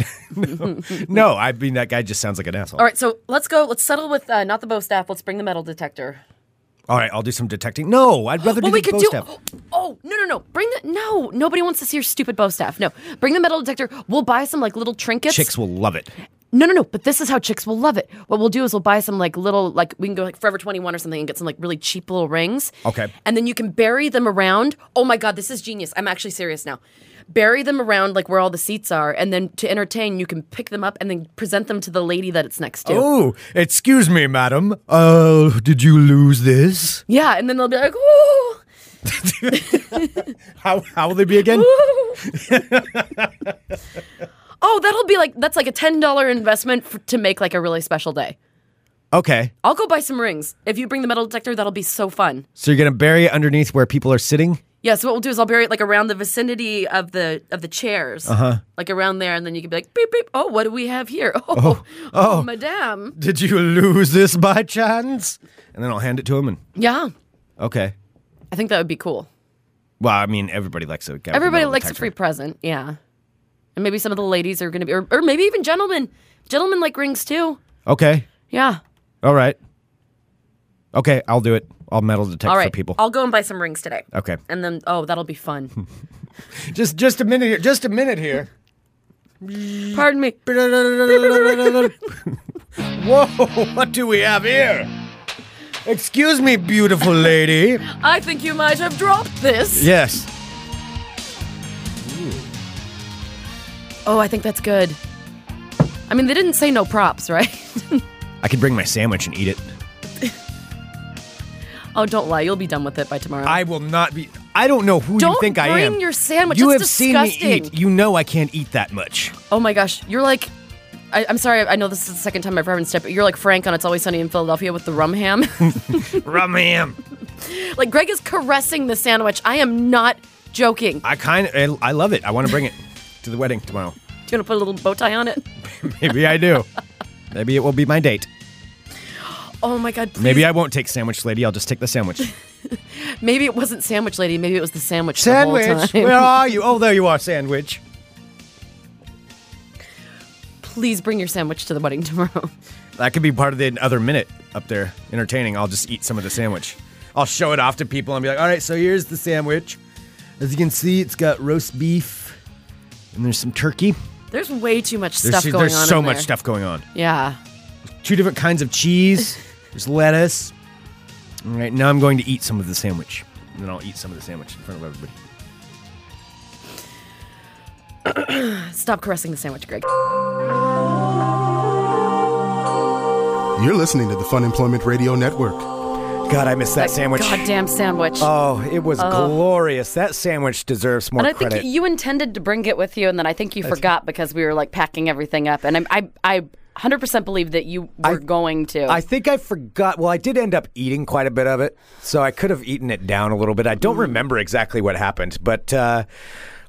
Speaker 3: No, I mean that guy just sounds like an asshole.
Speaker 4: All right, so let's go. Let's settle with uh, not the bow staff. Let's bring the metal detector.
Speaker 3: All right, I'll do some detecting. No, I'd rather do
Speaker 4: Well,
Speaker 3: the
Speaker 4: we could
Speaker 3: bow
Speaker 4: do.
Speaker 3: staff.
Speaker 4: Oh no no no! Bring the no. Nobody wants to see your stupid bow staff. No, bring the metal detector. We'll buy some like little trinkets.
Speaker 3: Chicks will love it.
Speaker 4: No no no! But this is how chicks will love it. What we'll do is we'll buy some like little like we can go like Forever Twenty One or something and get some like really cheap little rings.
Speaker 3: Okay.
Speaker 4: And then you can bury them around. Oh my god, this is genius! I'm actually serious now. Bury them around like where all the seats are, and then to entertain, you can pick them up and then present them to the lady that it's next to.
Speaker 3: Oh, excuse me, madam. Uh, did you lose this?
Speaker 4: Yeah, and then they'll be like, "Ooh,
Speaker 3: How how will they be again?
Speaker 4: oh, that'll be like that's like a ten dollar investment for, to make like a really special day.
Speaker 3: Okay,
Speaker 4: I'll go buy some rings if you bring the metal detector. That'll be so fun.
Speaker 3: so you're gonna bury it underneath where people are sitting.
Speaker 4: Yeah. So what we'll do is I'll bury it like around the vicinity of the of the chairs, uh-huh. like around there, and then you can be like, beep beep. Oh, what do we have here? Oh, oh, madame.
Speaker 3: Did you lose this by chance? And then I'll hand it to him. And
Speaker 4: Yeah,
Speaker 3: okay.
Speaker 4: I think that would be cool.
Speaker 3: Well, I mean, everybody likes a guy. with
Speaker 4: Everybody
Speaker 3: metal
Speaker 4: likes a
Speaker 3: detector.
Speaker 4: free present. Yeah, and maybe some of the ladies are gonna be, or, or maybe even gentlemen. Gentlemen like rings too.
Speaker 3: Okay.
Speaker 4: Yeah.
Speaker 3: All right. Okay, I'll do it. I'll metal detect
Speaker 4: All right,
Speaker 3: for people.
Speaker 4: I'll go and buy some rings today.
Speaker 3: okay.
Speaker 4: And then, oh, that'll be fun.
Speaker 3: Just just a minute here. Just a minute here.
Speaker 4: Pardon me.
Speaker 3: Whoa, what do we have here? Excuse me, beautiful lady.
Speaker 4: I think you might have dropped this.
Speaker 3: Yes.
Speaker 4: Oh, I think that's good. I mean, they didn't say no props, right?
Speaker 3: I could bring my sandwich and eat it.
Speaker 4: oh, don't lie. You'll be done with it by tomorrow.
Speaker 3: I will not be. I don't know who
Speaker 4: Don't
Speaker 3: you think I
Speaker 4: bring
Speaker 3: am.
Speaker 4: your sandwich.
Speaker 3: You
Speaker 4: That's
Speaker 3: have seen me eat.
Speaker 4: disgusting.
Speaker 3: You know I can't eat that much.
Speaker 4: oh my gosh, you're like. I, I'm sorry. I know this is the second time I've referenced it, but you're like Frank on "It's Always Sunny in Philadelphia" with the rum ham.
Speaker 3: Rum ham.
Speaker 4: like Greg is caressing the sandwich. I am not joking.
Speaker 3: I kind of. I love it. I want to bring it to the wedding tomorrow.
Speaker 4: Do you want to put a little bow tie on it?
Speaker 3: Maybe I do. Maybe it will be my date.
Speaker 4: Oh my god. Please.
Speaker 3: Maybe I won't take sandwich lady. I'll just take the sandwich.
Speaker 4: Maybe it wasn't sandwich lady. Maybe it was the sandwich. the whole
Speaker 3: Sandwich,
Speaker 4: time.
Speaker 3: where are you? Oh, there you are, sandwich.
Speaker 4: Please bring your sandwich to the wedding tomorrow.
Speaker 3: That could be part of the other minute up there, entertaining. I'll just eat some of the sandwich. I'll show it off to people and be like, all right, so here's the sandwich. As you can see, it's got roast beef and there's some turkey.
Speaker 5: There's way too much
Speaker 3: There's,
Speaker 5: stuff going
Speaker 3: there's
Speaker 5: on. in
Speaker 3: so much
Speaker 5: there.
Speaker 3: stuff going on.
Speaker 5: Yeah.
Speaker 3: Two different kinds of cheese. There's lettuce. All right, now I'm going to eat some of the sandwich. And then I'll eat some of the sandwich in front of everybody.
Speaker 5: Stop caressing the sandwich, Greg.
Speaker 6: You're listening to the Fun Employment Radio Network.
Speaker 7: God, I miss that, sandwich.
Speaker 4: Goddamn sandwich.
Speaker 7: Oh, it was glorious. That sandwich deserves more
Speaker 4: and I think
Speaker 7: credit.
Speaker 4: you intended to bring it with you, and then I think you forgot because we were like packing everything up. And I'm, I, I 100% believe that you were going to.
Speaker 7: I think I forgot. Well, I did end up eating quite a bit of it, so I could have eaten it down a little bit. I
Speaker 4: Mm.
Speaker 7: don't remember exactly what happened, but uh,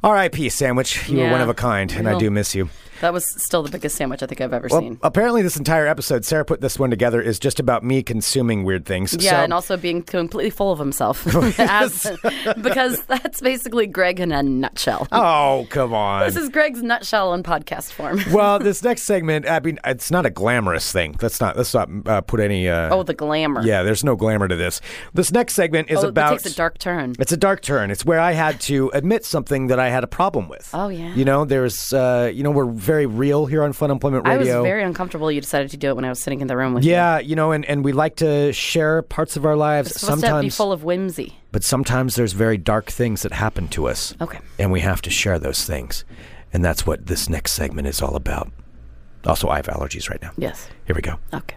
Speaker 7: R.I.P. sandwich. You were
Speaker 4: Yeah.
Speaker 7: one of a kind, and I
Speaker 4: Well.
Speaker 7: do miss you.
Speaker 4: that was still the biggest sandwich I think I've ever
Speaker 7: Well, uh,
Speaker 4: seen.
Speaker 7: apparently, this entire episode, Sarah put this one together, is just about me consuming weird things.
Speaker 4: Yeah,
Speaker 7: So-
Speaker 4: and also being completely full of himself. As- because that's basically Greg in a nutshell.
Speaker 7: Oh, come on.
Speaker 4: This is Greg's nutshell in podcast form.
Speaker 7: well, this next segment, I mean, it's not a glamorous thing. Let's not let's not uh, put any. Uh,
Speaker 4: oh, the glamour.
Speaker 7: yeah, there's no glamour to this. This next segment is
Speaker 4: Oh,
Speaker 7: about.
Speaker 4: it takes a dark turn.
Speaker 7: It's a dark turn. It's where I had to admit something that I had a problem with.
Speaker 4: Oh, yeah.
Speaker 7: You know, there's, uh, you know, we're very real here on Fun Employment
Speaker 4: I was
Speaker 7: Radio.
Speaker 4: very uncomfortable. You decided to do it when I was sitting in the room with you.
Speaker 7: yeah, you know, and, and we like to share parts of our lives
Speaker 4: It's supposed to be
Speaker 7: sometimes,
Speaker 4: full of whimsy.
Speaker 7: but sometimes there's very dark things that happen to us.
Speaker 4: Okay.
Speaker 7: And we have to share those things. And that's what this next segment is all about. Also, I have allergies right now.
Speaker 4: Yes.
Speaker 7: Here we go.
Speaker 4: Okay.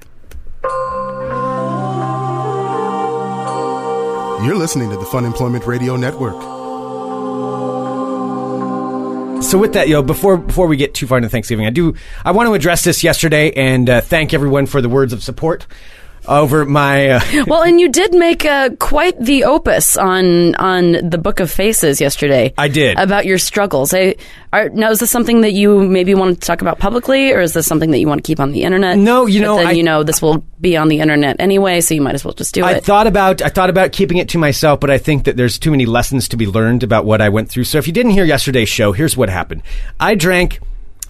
Speaker 6: You're listening to the Fun Employment Radio Network.
Speaker 3: So with that, yo, before before we get too far into Thanksgiving, I do I want to address this yesterday and uh, thank everyone for the words of support over my. Uh,
Speaker 4: Well, and you did make uh, quite the opus on on the Book of Faces yesterday.
Speaker 3: I did.
Speaker 4: about your struggles. I are, now is this something that you maybe wanted to talk about publicly, or is this something that you want to keep on the internet?
Speaker 3: No, you
Speaker 4: But
Speaker 3: know,
Speaker 4: then
Speaker 3: I-
Speaker 4: you know this will be on the internet anyway, so you might as well just do
Speaker 3: I
Speaker 4: it.
Speaker 3: thought about I thought about keeping it to myself, but I think that there's too many lessons to be learned about what I went through. So if you didn't hear yesterday's show, here's what happened. I drank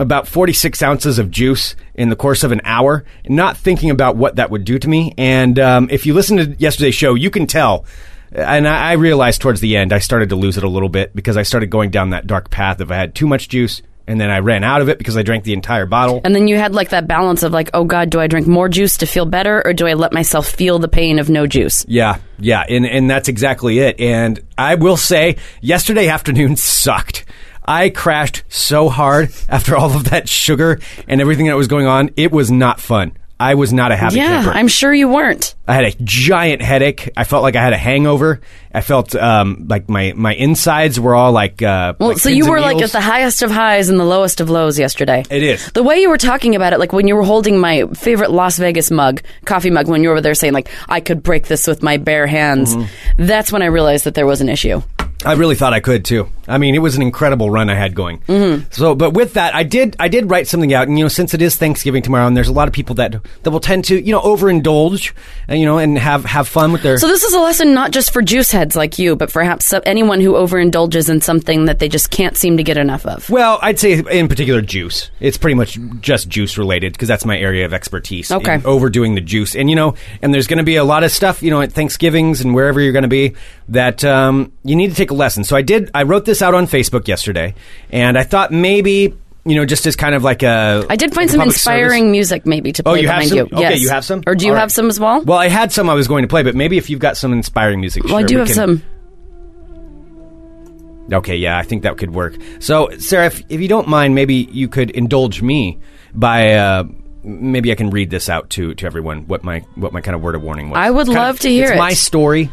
Speaker 3: about 46 ounces of juice in the course of an hour, not thinking about what that would do to me. And um, if you listen to yesterday's show, you can tell. And I, I realized towards the end, I started to lose it a little bit because I started going down that dark path of I had too much juice, and then I ran out of it because I drank the entire bottle.
Speaker 4: and then you had like that balance of like, oh God, do I drink more juice to feel better, or do I let myself feel the pain of no juice?
Speaker 3: Yeah, yeah, and and that's exactly it. And I will say, yesterday afternoon sucked. I crashed so hard after all of that sugar and everything that was going on. It was not fun. I was not a happy
Speaker 4: Yeah,
Speaker 3: camper.
Speaker 4: I'm sure you weren't.
Speaker 3: I had a giant headache. I felt like I had a hangover. I felt um, like my, my insides were all like. Uh,
Speaker 4: Well,
Speaker 3: like
Speaker 4: so
Speaker 3: pins
Speaker 4: you
Speaker 3: and
Speaker 4: were like
Speaker 3: needles.
Speaker 4: at the highest of highs and the lowest of lows yesterday.
Speaker 3: It is.
Speaker 4: The way you were talking about it, like when you were holding my favorite Las Vegas mug, coffee mug, when you were over there saying, like, I could break this with my bare hands,
Speaker 3: Mm-hmm.
Speaker 4: that's when I realized that there was an issue.
Speaker 3: I really thought I could too. I mean, it was an incredible run I had going. So, but with that, I did I did write something out, and you know, since it is Thanksgiving tomorrow, and there's a lot of people that that will tend to you know overindulge, and you know, and have have fun with their.
Speaker 4: So this is a lesson not just for juice heads like you, but perhaps so- anyone who overindulges in something that they just can't seem to get enough of.
Speaker 3: well, I'd say in particular juice. It's pretty much just juice related because that's my area of expertise.
Speaker 4: Okay.
Speaker 3: in overdoing the juice, and you know, and there's going to be a lot of stuff you know at Thanksgivings and wherever you're going to be that um, you need to take a lesson. So I did. I wrote this out on Facebook yesterday, and I thought maybe. You know, just as kind of like a.
Speaker 4: I did find
Speaker 3: like a
Speaker 4: some
Speaker 3: public service.
Speaker 4: inspiring music maybe to
Speaker 3: Oh,
Speaker 4: play
Speaker 3: you have
Speaker 4: behind
Speaker 3: some.
Speaker 4: you.
Speaker 3: Okay,
Speaker 4: yes.
Speaker 3: you have some.
Speaker 4: Or do you
Speaker 3: All right.
Speaker 4: have some as well?
Speaker 3: Well, I had some I was going to play, but maybe if you've got some inspiring music,
Speaker 4: Well, I
Speaker 3: sure,
Speaker 4: do
Speaker 3: we
Speaker 4: have
Speaker 3: can-
Speaker 4: some.
Speaker 3: Okay, yeah, I think that could work. So, Sarah, if, if you don't mind, maybe you could indulge me by uh, maybe I can read this out to to everyone what my what my kind of word of warning was.
Speaker 4: I would
Speaker 3: It's kind
Speaker 4: love
Speaker 3: of-
Speaker 4: to hear
Speaker 3: it's
Speaker 4: it.
Speaker 3: My story,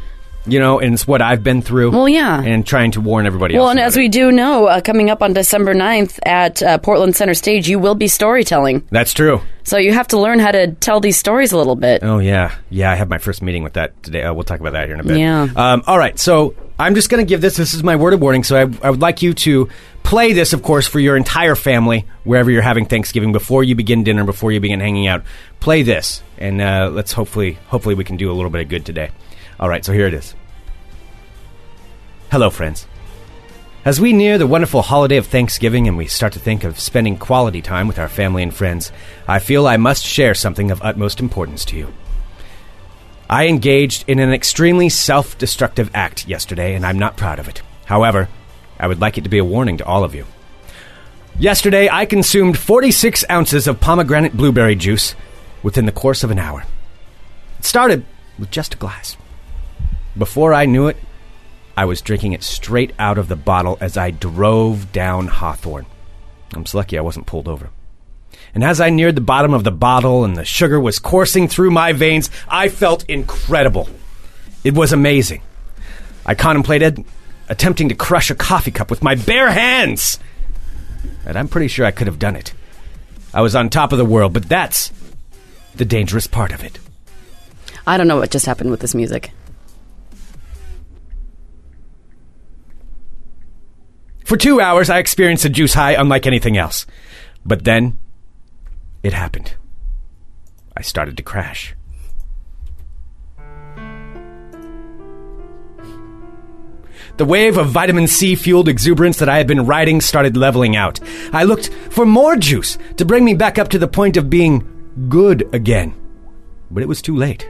Speaker 3: you know, and it's what I've been through.
Speaker 4: Well, yeah.
Speaker 3: and trying to warn everybody.
Speaker 4: Well,
Speaker 3: else
Speaker 4: and
Speaker 3: about
Speaker 4: as
Speaker 3: it.
Speaker 4: we do know, uh, coming up on December 9th at uh, Portland Center Stage, you will be storytelling.
Speaker 3: that's true.
Speaker 4: So you have to learn how to tell these stories a little bit.
Speaker 3: Oh yeah, yeah. I have my first meeting with that today. Uh, we'll talk about that here in a bit.
Speaker 4: Yeah.
Speaker 3: Um, all right. So I'm just going to give this. This is my word of warning. So I, I would like you to play this, of course, for your entire family wherever you're having Thanksgiving before you begin dinner, before you begin hanging out. Play this, and uh, let's hopefully, hopefully, we can do a little bit of good today. All right. So here it is. Hello, friends. As we near the wonderful holiday of Thanksgiving and we start to think of spending quality time with our family and friends, I feel I must share something of utmost importance to you. I engaged in an extremely self destructive act yesterday, and I'm not proud of it. However, I would like it to be a warning to all of you. Yesterday, I consumed 46 ounces of pomegranate blueberry juice within the course of an hour. It started with just a glass. Before I knew it, I was drinking it straight out of the bottle as I drove down Hawthorne. I'm just lucky I wasn't pulled over. And as I neared the bottom of the bottle and the sugar was coursing through my veins, I felt incredible. It was amazing. I contemplated attempting to crush a coffee cup with my bare hands. And I'm pretty sure I could have done it. I was on top of the world, but that's the dangerous part of it.
Speaker 4: I don't know what just happened with this music.
Speaker 3: For two hours, I experienced a juice high unlike anything else. But then, it happened. I started to crash. The wave of vitamin C fueled exuberance that I had been riding started leveling out. I looked for more juice to bring me back up to the point of being good again. But it was too late.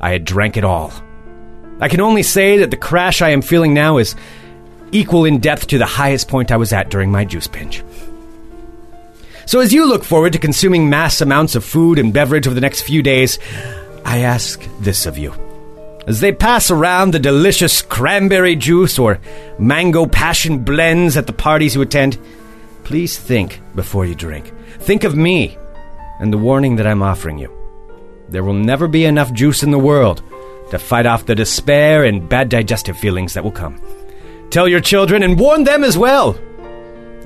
Speaker 3: I had drank it all. I can only say that the crash I am feeling now is equal in depth to the highest point I was at during my juice binge. So, as you look forward to consuming mass amounts of food and beverage over the next few days, I ask this of you. As they pass around the delicious cranberry juice or mango passion blends at the parties you attend, please think before you drink. Think of me and the warning that I'm offering you. There will never be enough juice in the world to fight off the despair and bad digestive feelings that will come. Tell your children and warn them as well.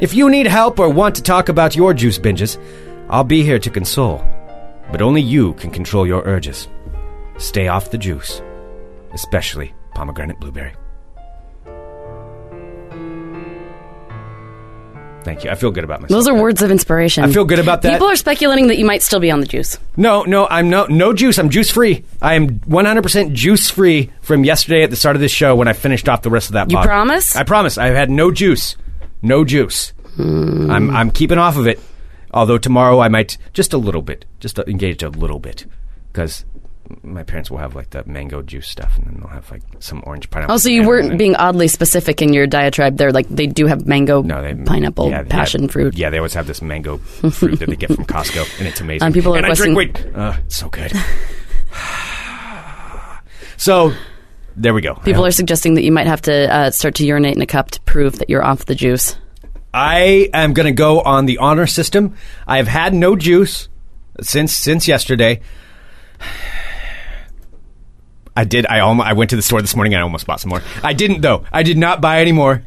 Speaker 3: If you need help or want to talk about your juice binges, I'll be here to console. But only you can control your urges. Stay off the juice, especially pomegranate blueberry. Thank you. I feel good about myself.
Speaker 4: Those are words of inspiration.
Speaker 3: I feel good about that.
Speaker 4: People are speculating that you might still be on the juice.
Speaker 3: No, no, I'm no no juice. I'm juice free. I am 100% juice free from yesterday at the start of this show when I finished off the rest of that.
Speaker 4: You
Speaker 3: bottle.
Speaker 4: promise?
Speaker 3: I promise. I've had no juice, no juice. I'm I'm keeping off of it. Although tomorrow I might just a little bit, just engage a little bit, because my parents will have like the mango juice stuff, and then they'll have like some orange pineapple.
Speaker 4: Oh, so you
Speaker 3: banana,
Speaker 4: weren't
Speaker 3: and-
Speaker 4: being oddly specific in your diatribe there. Like, they do have mango,
Speaker 3: No, they,
Speaker 4: pineapple,
Speaker 3: yeah, yeah.
Speaker 4: passion fruit.
Speaker 3: Yeah, they always have this mango fruit that they get from Costco, and it's amazing.
Speaker 4: And people are
Speaker 3: and I drink. Wait,
Speaker 4: requesting-
Speaker 3: uh, it's so good. so there we go.
Speaker 4: People are suggesting that you might have to uh, start to urinate in a cup to prove that you're off the juice.
Speaker 3: I am going to go on the honor system. I have had no juice since since yesterday. I did. I almost. I went to the store this morning. and I almost bought some more. I didn't though. I did not buy any more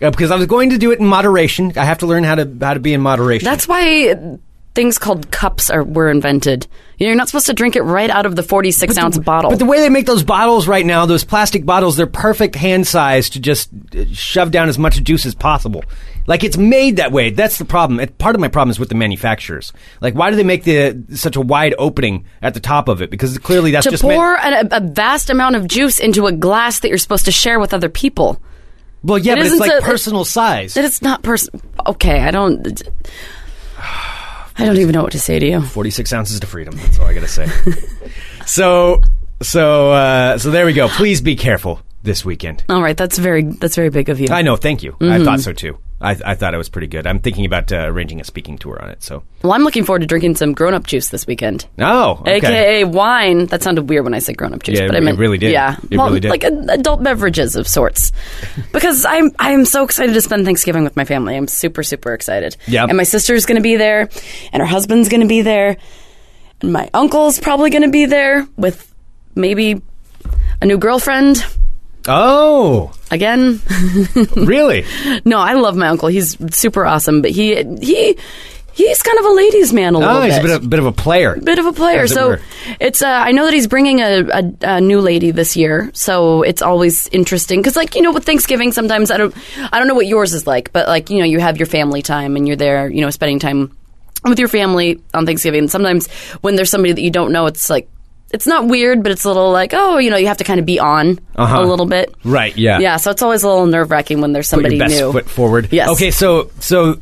Speaker 3: uh, because I was going to do it in moderation. I have to learn how to how to be in moderation.
Speaker 4: That's why things called cups are were invented. You know, you're not supposed to drink it right out of the 46 ounce bottle.
Speaker 3: But the way they make those bottles right now, those plastic bottles, they're perfect hand size to just uh, shove down as much juice as possible. Like it's made that way. That's the problem. It, part of my problem is with the manufacturers. Like, why do they make the such a wide opening at the top of it? Because clearly that's
Speaker 4: to
Speaker 3: just meant-
Speaker 4: pour an, a, a vast amount of juice into a glass that you're supposed to share with other people.
Speaker 3: well, yeah,
Speaker 4: it
Speaker 3: but it's
Speaker 4: isn't
Speaker 3: like
Speaker 4: a-
Speaker 3: personal size.
Speaker 4: That it's not person. Okay, I don't. I don't even know what to say to you.
Speaker 3: Forty six ounces to freedom. That's all I gotta say. so, so, uh, so there we go. Please be careful this weekend.
Speaker 4: All right, that's very that's very big of you.
Speaker 3: I know. Thank you. I
Speaker 4: Mm-hmm.
Speaker 3: thought so too. I, I thought it was pretty good. I'm thinking about uh, arranging a speaking tour on it. So,
Speaker 4: Well, I'm looking forward to drinking some grown up juice this weekend,
Speaker 3: oh, okay.
Speaker 4: aka wine. That sounded weird when I said grown up juice,
Speaker 3: Yeah,
Speaker 4: but I
Speaker 3: it
Speaker 4: meant
Speaker 3: really did.
Speaker 4: Yeah,
Speaker 3: It
Speaker 4: well,
Speaker 3: really did.
Speaker 4: like ad- adult beverages of sorts. because I'm I am so excited to spend Thanksgiving with my family. I'm super super excited.
Speaker 3: Yep.
Speaker 4: and my sister's going to be there, and her husband's going to be there, and my uncle's probably going to be there with maybe a new girlfriend
Speaker 3: Oh,
Speaker 4: again.
Speaker 3: really?
Speaker 4: No, I love my uncle. He's super awesome, but he he he's kind of a ladies' man a little
Speaker 3: oh, he's a
Speaker 4: bit.
Speaker 3: bit, of, bit of a player.
Speaker 4: Bit of a player,
Speaker 3: As it
Speaker 4: so
Speaker 3: were.
Speaker 4: it's. Uh, I know that he's bringing a, a, a new lady this year, so it's always interesting because, like you know, with Thanksgiving, sometimes I don't, I don't know what yours is like, but like you know, you have your family time and you're there, you know, spending time with your family on Thanksgiving. Sometimes when there's somebody that you don't know, it's like it's not weird, but it's a little like oh, you know, you have to kind of be on a little bit,
Speaker 3: Uh-huh. Right, yeah.
Speaker 4: yeah. So it's always a little nerve wracking when there's
Speaker 3: Put
Speaker 4: somebody
Speaker 3: your best
Speaker 4: new.
Speaker 3: foot forward.
Speaker 4: Yes.
Speaker 3: Okay, so so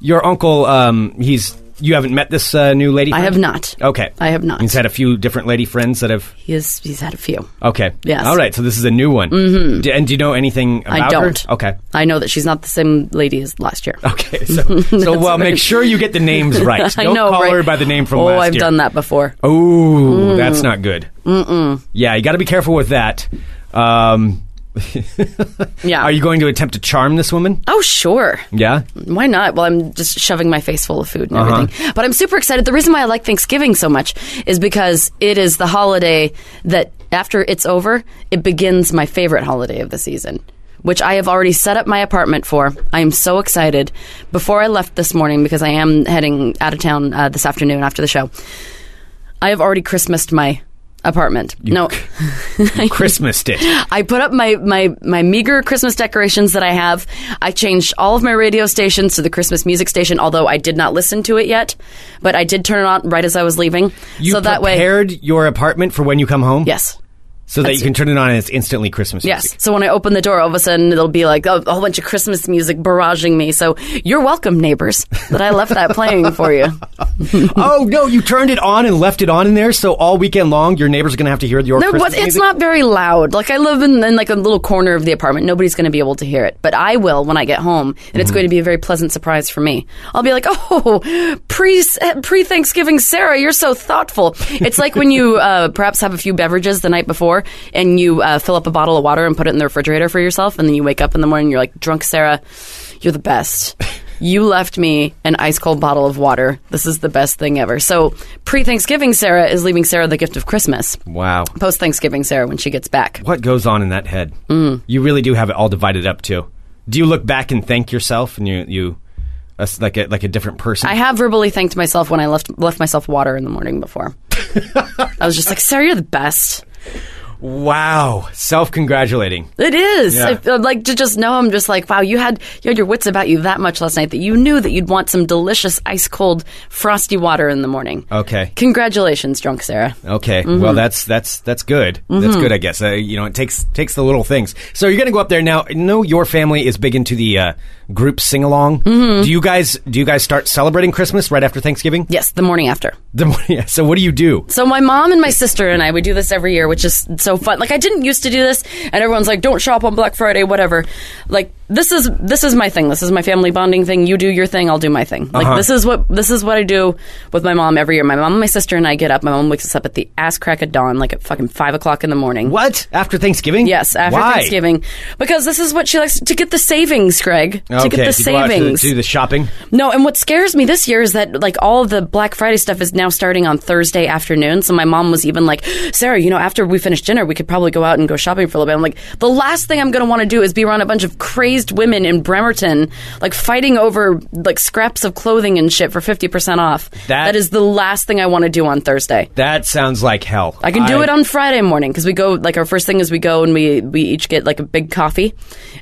Speaker 3: your uncle, um, he's you haven't met this uh, new lady.
Speaker 4: I
Speaker 3: friend?
Speaker 4: have not.
Speaker 3: Okay,
Speaker 4: I have not.
Speaker 3: He's had a few different lady friends that have.
Speaker 4: He's he's had a few.
Speaker 3: Okay.
Speaker 4: Yes.
Speaker 3: All right. So this is a new one. Mm-hmm. and do you know anything about
Speaker 4: I don't.
Speaker 3: her? Okay.
Speaker 4: I know that she's not the same lady as last year.
Speaker 3: Okay. So, so well, make sure you get the names right.
Speaker 4: I
Speaker 3: Don't
Speaker 4: know,
Speaker 3: call
Speaker 4: right?
Speaker 3: her by the name from
Speaker 4: oh,
Speaker 3: last
Speaker 4: I've
Speaker 3: year.
Speaker 4: done that before. Mm.
Speaker 3: Oh, that's not good. Mm-mm. Yeah, you got to be careful with that. Um,
Speaker 4: Yeah.
Speaker 3: are you going to attempt to charm this woman?
Speaker 4: Oh, sure.
Speaker 3: Yeah.
Speaker 4: Why not? Well, I'm just shoving my face full of food and
Speaker 3: Uh-huh.
Speaker 4: everything. But I'm super excited. The reason why I like Thanksgiving so much is because it is the holiday that after it's over, it begins my favorite holiday of the season, which I have already set up my apartment for. I am so excited. Before I left this morning, because I am heading out of town uh, this afternoon after the show, I have already Christmased my apartment. no.
Speaker 3: Christmas it.
Speaker 4: I put up my, my, my meager Christmas decorations that I have. I changed all of my radio stations to the Christmas music station, although I did not listen to it yet, but I did turn it on right as I was leaving.
Speaker 3: You
Speaker 4: so that way,
Speaker 3: prepared your apartment for when you come home?
Speaker 4: yes.
Speaker 3: So that you can turn it on and it's instantly Christmas
Speaker 4: Yes.
Speaker 3: music.
Speaker 4: So when I open the door, all of a sudden it'll be like a, a whole bunch of Christmas music barraging me. So you're welcome, neighbors, that I left that playing for you.
Speaker 3: oh, no, you turned it on and left it on in there, so all weekend long your neighbors are going to have to hear your
Speaker 4: No,
Speaker 3: Christmas
Speaker 4: but it's
Speaker 3: music?
Speaker 4: not very loud. Like I live in, in like a little corner of the apartment. Nobody's going to be able to hear it, but I will when I get home, and
Speaker 3: Mm-hmm.
Speaker 4: it's going to be a very pleasant surprise for me. I'll be like, "Oh, pre pre Thanksgiving, Sarah, you're so thoughtful." It's like when you uh, perhaps have a few beverages the night before, and you uh, fill up a bottle of water and put it in the refrigerator for yourself, and then you wake up in the morning, and you're like, "Drunk Sarah, you're the best." You left me an ice cold bottle of water. This is the best thing ever. So, pre Thanksgiving, Sarah is leaving Sarah the gift of Christmas
Speaker 3: Wow.
Speaker 4: post Thanksgiving Sarah when she gets back.
Speaker 3: What goes on in that head?
Speaker 4: Mm.
Speaker 3: You really do have it all divided up, too. Do you look back and thank yourself and you, you that's like, a, like a different person?
Speaker 4: I have verbally thanked myself when I left left myself water in the morning before. I was just like, Sarah, you're the best.
Speaker 3: wow. Self congratulating.
Speaker 4: It is
Speaker 3: Yeah.
Speaker 4: I feel like to just know. I'm just like, wow, you had you had your wits about you that much last night that you knew that you'd want some delicious ice cold frosty water in the morning.
Speaker 3: Okay.
Speaker 4: Congratulations, drunk Sarah.
Speaker 3: Okay.
Speaker 4: Mm-hmm.
Speaker 3: Well, that's that's that's good. That's good, I guess. Uh, you know, it takes takes the little things. So you're going to go up there now. I know your family is big into the uh, group sing along.
Speaker 4: Mm-hmm.
Speaker 3: Do you guys do you guys start celebrating Christmas right after Thanksgiving?
Speaker 4: Yes, the morning after.
Speaker 3: The- yeah, so what do you do?
Speaker 4: So my mom and my sister and I would do this every year, which is so fun. Like I didn't used to do this, and everyone's like, "Don't shop on Black Friday, whatever." Like this is this is my thing. This is my family bonding thing. You do your thing, I'll do my thing.
Speaker 3: Uh-huh.
Speaker 4: Like this is what this is what I do with my mom every year. My mom and my sister and I get up. My mom wakes us up at the ass crack of dawn, like at fucking five o'clock in the morning.
Speaker 3: What after Thanksgiving?
Speaker 4: Yes, after
Speaker 3: Why?
Speaker 4: Thanksgiving, because this is what she likes to get the savings, Greg. To
Speaker 3: Okay,
Speaker 4: get the
Speaker 3: to go out to
Speaker 4: savings.
Speaker 3: do the shopping.
Speaker 4: No, and what scares me this year is that like all the Black Friday stuff is now starting on Thursday afternoon. So my mom was even like, Sarah, you know, after we finish dinner, we could probably go out and go shopping for a little bit. I'm like, the last thing I'm going to want to do is be around a bunch of crazed women in Bremerton, like fighting over like scraps of clothing and shit for 50% off.
Speaker 3: That-
Speaker 4: that is the last thing I want to do on Thursday.
Speaker 3: That sounds like hell.
Speaker 4: I can do it on Friday morning because we go like our first thing is we go and we we each get like a big coffee,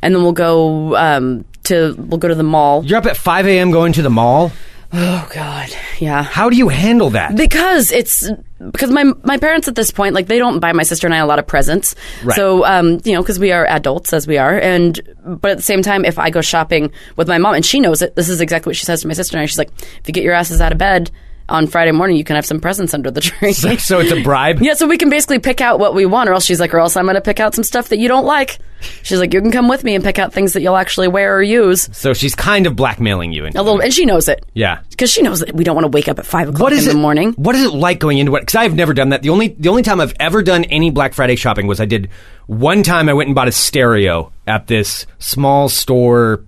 Speaker 4: and then we'll go um to we'll go to the mall.
Speaker 3: You're up at 5 a.m. going to the mall.
Speaker 4: Oh God, yeah.
Speaker 3: How do you handle that?
Speaker 4: because it's because my my parents at this point like they don't buy my sister and I a lot of presents. So um you know because we are adults as we are and but at the same time if I go shopping with my mom and she knows it this is exactly what she says to my sister and I she's like if you get your asses out of bed on Friday morning you can have some presents under the tree.
Speaker 3: so it's a bribe.
Speaker 4: Yeah, so we can basically pick out what we want, or else she's like, or else I'm going to pick out some stuff that you don't like. She's like, you can come with me and pick out things that you'll actually wear or use.
Speaker 3: So she's kind of blackmailing you.
Speaker 4: A little, and she knows it.
Speaker 3: Yeah.
Speaker 4: because she knows that we don't want to wake up at five o'clock
Speaker 3: What is
Speaker 4: in
Speaker 3: it,
Speaker 4: the morning.
Speaker 3: What is it like going into it? Because I've never done that. The only the only time I've ever done any Black Friday shopping was I did one time. I went and bought a stereo at this small store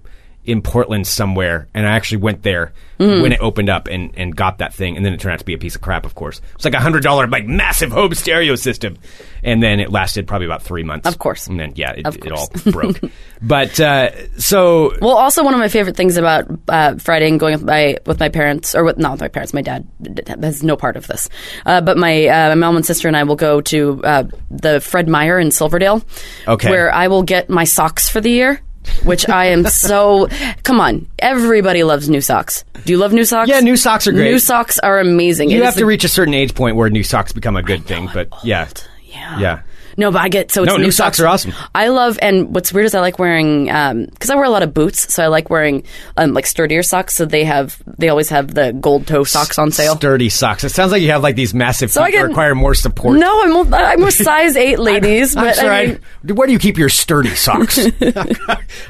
Speaker 3: in Portland somewhere, and I actually went there
Speaker 4: Mm.
Speaker 3: when it opened up and, and got that thing, and then it turned out to be a piece of crap. Of course, it's like a hundred dollar like massive home stereo system, and then it lasted probably about three months.
Speaker 4: Of course.
Speaker 3: and then yeah, it,
Speaker 4: Of
Speaker 3: it all broke. But uh, so
Speaker 4: Well, also one of my favorite things about uh, Friday and going with my with my parents, or with not with my parents, my dad d- d- has no part of this. Uh, but my uh, my mom and sister and I will go to uh, the Fred Meyer in Silverdale,
Speaker 3: Okay.
Speaker 4: where I will get my socks for the year. Which I am so. Come on, everybody loves new socks. Do you love new socks?
Speaker 3: Yeah, new socks are great.
Speaker 4: New socks are amazing. It
Speaker 3: you
Speaker 4: is
Speaker 3: have to
Speaker 4: the-
Speaker 3: reach a certain age point where new socks become a good thing. But yeah,
Speaker 4: Yeah.
Speaker 3: yeah.
Speaker 4: No, but I get so it's
Speaker 3: No, new socks are awesome.
Speaker 4: I love, and what's weird is I like wearing because I wear a lot of boots, so I like wearing um, like sturdier socks. So they have they always have the gold toe socks on sale.
Speaker 3: Sturdy socks. It sounds like you have like these massive
Speaker 4: So I
Speaker 3: feet that
Speaker 4: can-
Speaker 3: require more support.
Speaker 4: no, I'm a, I'm a size eight, ladies.
Speaker 3: I'm
Speaker 4: but
Speaker 3: sorry.
Speaker 4: I
Speaker 3: I-
Speaker 4: mean,
Speaker 3: where do you keep your sturdy socks?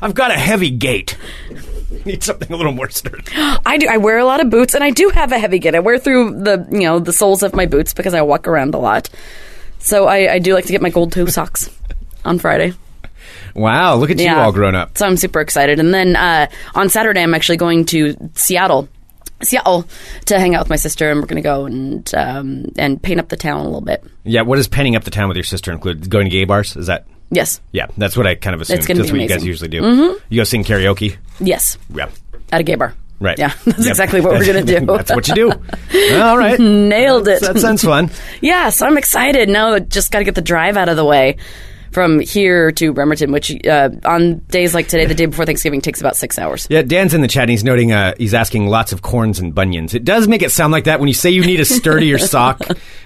Speaker 3: I've got a heavy gait. Need something a little more sturdy.
Speaker 4: I do. I wear a lot of boots, and I do have a heavy gait. I wear through the you know the soles of my boots because I walk around a lot. So I, I do like to get my gold toe socks on Friday.
Speaker 3: Wow, look at you all grown up.
Speaker 4: So I'm super excited. And then uh, on Saturday, I'm actually going to Seattle. Seattle to hang out with my sister, and we're going to go and um, and paint up the town a little bit.
Speaker 3: Yeah, what does penning up the town with your sister include? Going to gay bars? Is that?
Speaker 4: Yes,
Speaker 3: Yeah, that's what I kind of assumed.
Speaker 4: It's gonna
Speaker 3: that's
Speaker 4: be
Speaker 3: what you guys
Speaker 4: amazing. Mm-hmm.
Speaker 3: usually do. You go sing karaoke.
Speaker 4: yes,
Speaker 3: Yeah,
Speaker 4: at a gay bar.
Speaker 3: right.
Speaker 4: Yeah, that's
Speaker 3: Yep.
Speaker 4: exactly what we're going to do.
Speaker 3: that's what you do. All right,
Speaker 4: Nailed it.
Speaker 3: that sounds fun.
Speaker 4: Yeah, so I'm excited. Now I just got to get the drive out of the way from here to Bremerton, which uh, on days like today, the day before Thanksgiving, takes about six hours.
Speaker 3: Yeah, Dan's in the chat. and He's noting uh, he's asking lots of corns and bunions. It does make it sound like that when you say you need a sturdier sock.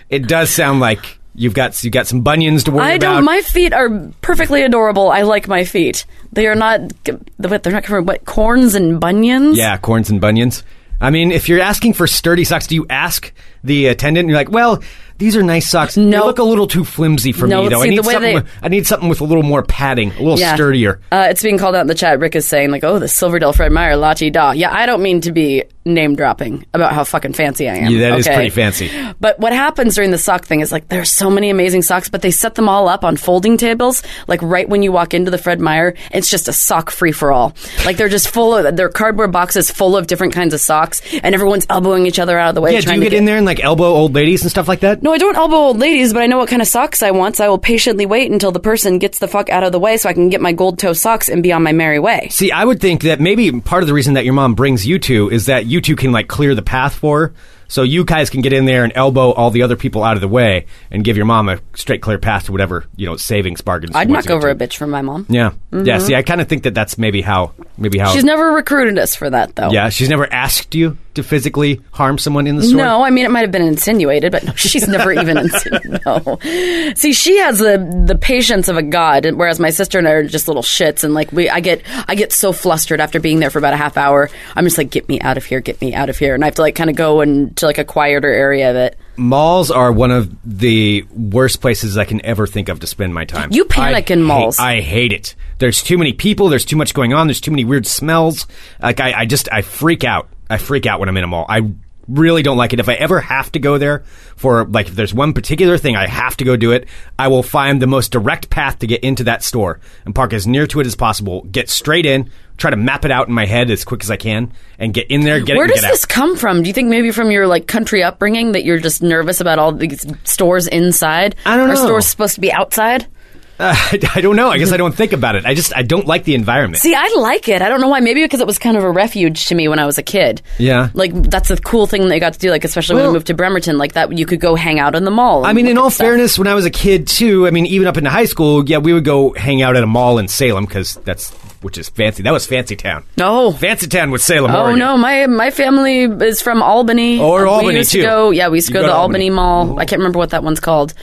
Speaker 3: It does sound like you've got you got some bunions to worry
Speaker 4: I
Speaker 3: about.
Speaker 4: don't. My feet are perfectly adorable. I like my feet. They are not. What they're not covered. What corns and bunions?
Speaker 3: Yeah, corns and bunions. I mean, if you're asking for sturdy socks, do you ask the attendant? And you're like, well, these are nice socks.
Speaker 4: No.
Speaker 3: They look a little too flimsy for
Speaker 4: No,
Speaker 3: me, though. I
Speaker 4: see,
Speaker 3: need
Speaker 4: the way
Speaker 3: something.
Speaker 4: they-
Speaker 3: with- I need something with a little more padding, a little
Speaker 4: Yeah.
Speaker 3: sturdier.
Speaker 4: Uh, it's being called out in the chat. Rick is saying like, "Oh, the Silverdale Fred Meyer Lati Da." Yeah, I don't mean to be name dropping about how fucking fancy I am.
Speaker 3: Yeah, that
Speaker 4: That
Speaker 3: is
Speaker 4: is
Speaker 3: pretty fancy.
Speaker 4: But what happens during the sock thing is like there are so many amazing socks, but they set them all up on folding tables. Like right when you walk into the Fred Meyer, it's just a sock free for all. Like they're just full of they're cardboard boxes full of different kinds of socks, and everyone's elbowing each other out of the way.
Speaker 3: Yeah, do
Speaker 4: trying
Speaker 3: you
Speaker 4: to
Speaker 3: get, in there and like elbow old ladies and stuff like that?
Speaker 4: no, I don't elbow old ladies, but I know what kind of socks I want, so I will patiently wait until the person gets the fuck out of the way so I can get my gold toe socks and be on my merry way.
Speaker 3: See, I would think that maybe part of the reason that your mom brings you two is that you two can like clear the path for her. So you guys can get in there and elbow all the other people out of the way and give your mom a straight clear path to whatever, you know, savings bargain. she wants
Speaker 4: I'd knock
Speaker 3: to get
Speaker 4: over
Speaker 3: to.
Speaker 4: a bitch for my mom.
Speaker 3: Yeah. Yeah, see, I kind of think that that's maybe how maybe how
Speaker 4: She's never recruited us for that, though.
Speaker 3: Yeah, she's never asked you to physically harm someone in the store.
Speaker 4: No, I mean it might have been insinuated, but no, she's never even insinuated. No, see, she has the the patience of a god, and whereas my sister and I are just little shits, and like we, I get I get so flustered after being there for about a half hour. I'm just like, get me out of here, get me out of here, and I have to like kind of go into like a quieter area of it.
Speaker 3: Malls are one of the worst places I can ever think of to spend my time.
Speaker 4: You panic
Speaker 3: I
Speaker 4: in
Speaker 3: hate-
Speaker 4: malls.
Speaker 3: I hate it. There's too many people. There's too much going on. There's too many weird smells. Like I, I just I freak out. I freak out when I'm in a mall. I really don't like it. If I ever have to go there for like if there's one particular thing I have to go do it, I will find the most direct path to get into that store and park as near to it as possible. Get straight in. Try to map it out in my head as quick as I can and get in there. Get
Speaker 4: Where
Speaker 3: it. and
Speaker 4: does
Speaker 3: get out.
Speaker 4: this come from? Do you think maybe from your like country upbringing that you're just nervous about all these stores inside?
Speaker 3: I don't
Speaker 4: Are
Speaker 3: know.
Speaker 4: stores supposed to be outside?
Speaker 3: I, I don't know. I guess I don't think about it. I just I don't like the environment.
Speaker 4: See, I like it. I don't know why. Maybe because it was kind of a refuge to me when I was a kid.
Speaker 3: Yeah.
Speaker 4: Like that's the cool thing that you got to do. Like especially when
Speaker 3: Well-
Speaker 4: we moved to Bremerton, like that you could go hang out in the mall. and
Speaker 3: I mean,
Speaker 4: look
Speaker 3: in
Speaker 4: at
Speaker 3: all
Speaker 4: stuff.
Speaker 3: fairness, when I was a kid too, I mean, even up into high school, yeah, we would go hang out at a mall in Salem because that's which is fancy. That was Fancy Town.
Speaker 4: No.
Speaker 3: Fancy Town was Salem.
Speaker 4: Oh
Speaker 3: Oregon.
Speaker 4: no, my my family is from Albany.
Speaker 3: Or
Speaker 4: we
Speaker 3: Albany,
Speaker 4: used
Speaker 3: too.
Speaker 4: To go, yeah, we used to
Speaker 3: You
Speaker 4: go,
Speaker 3: go
Speaker 4: to
Speaker 3: to
Speaker 4: the
Speaker 3: Albany.
Speaker 4: Albany, Mall. I can't remember what that one's called.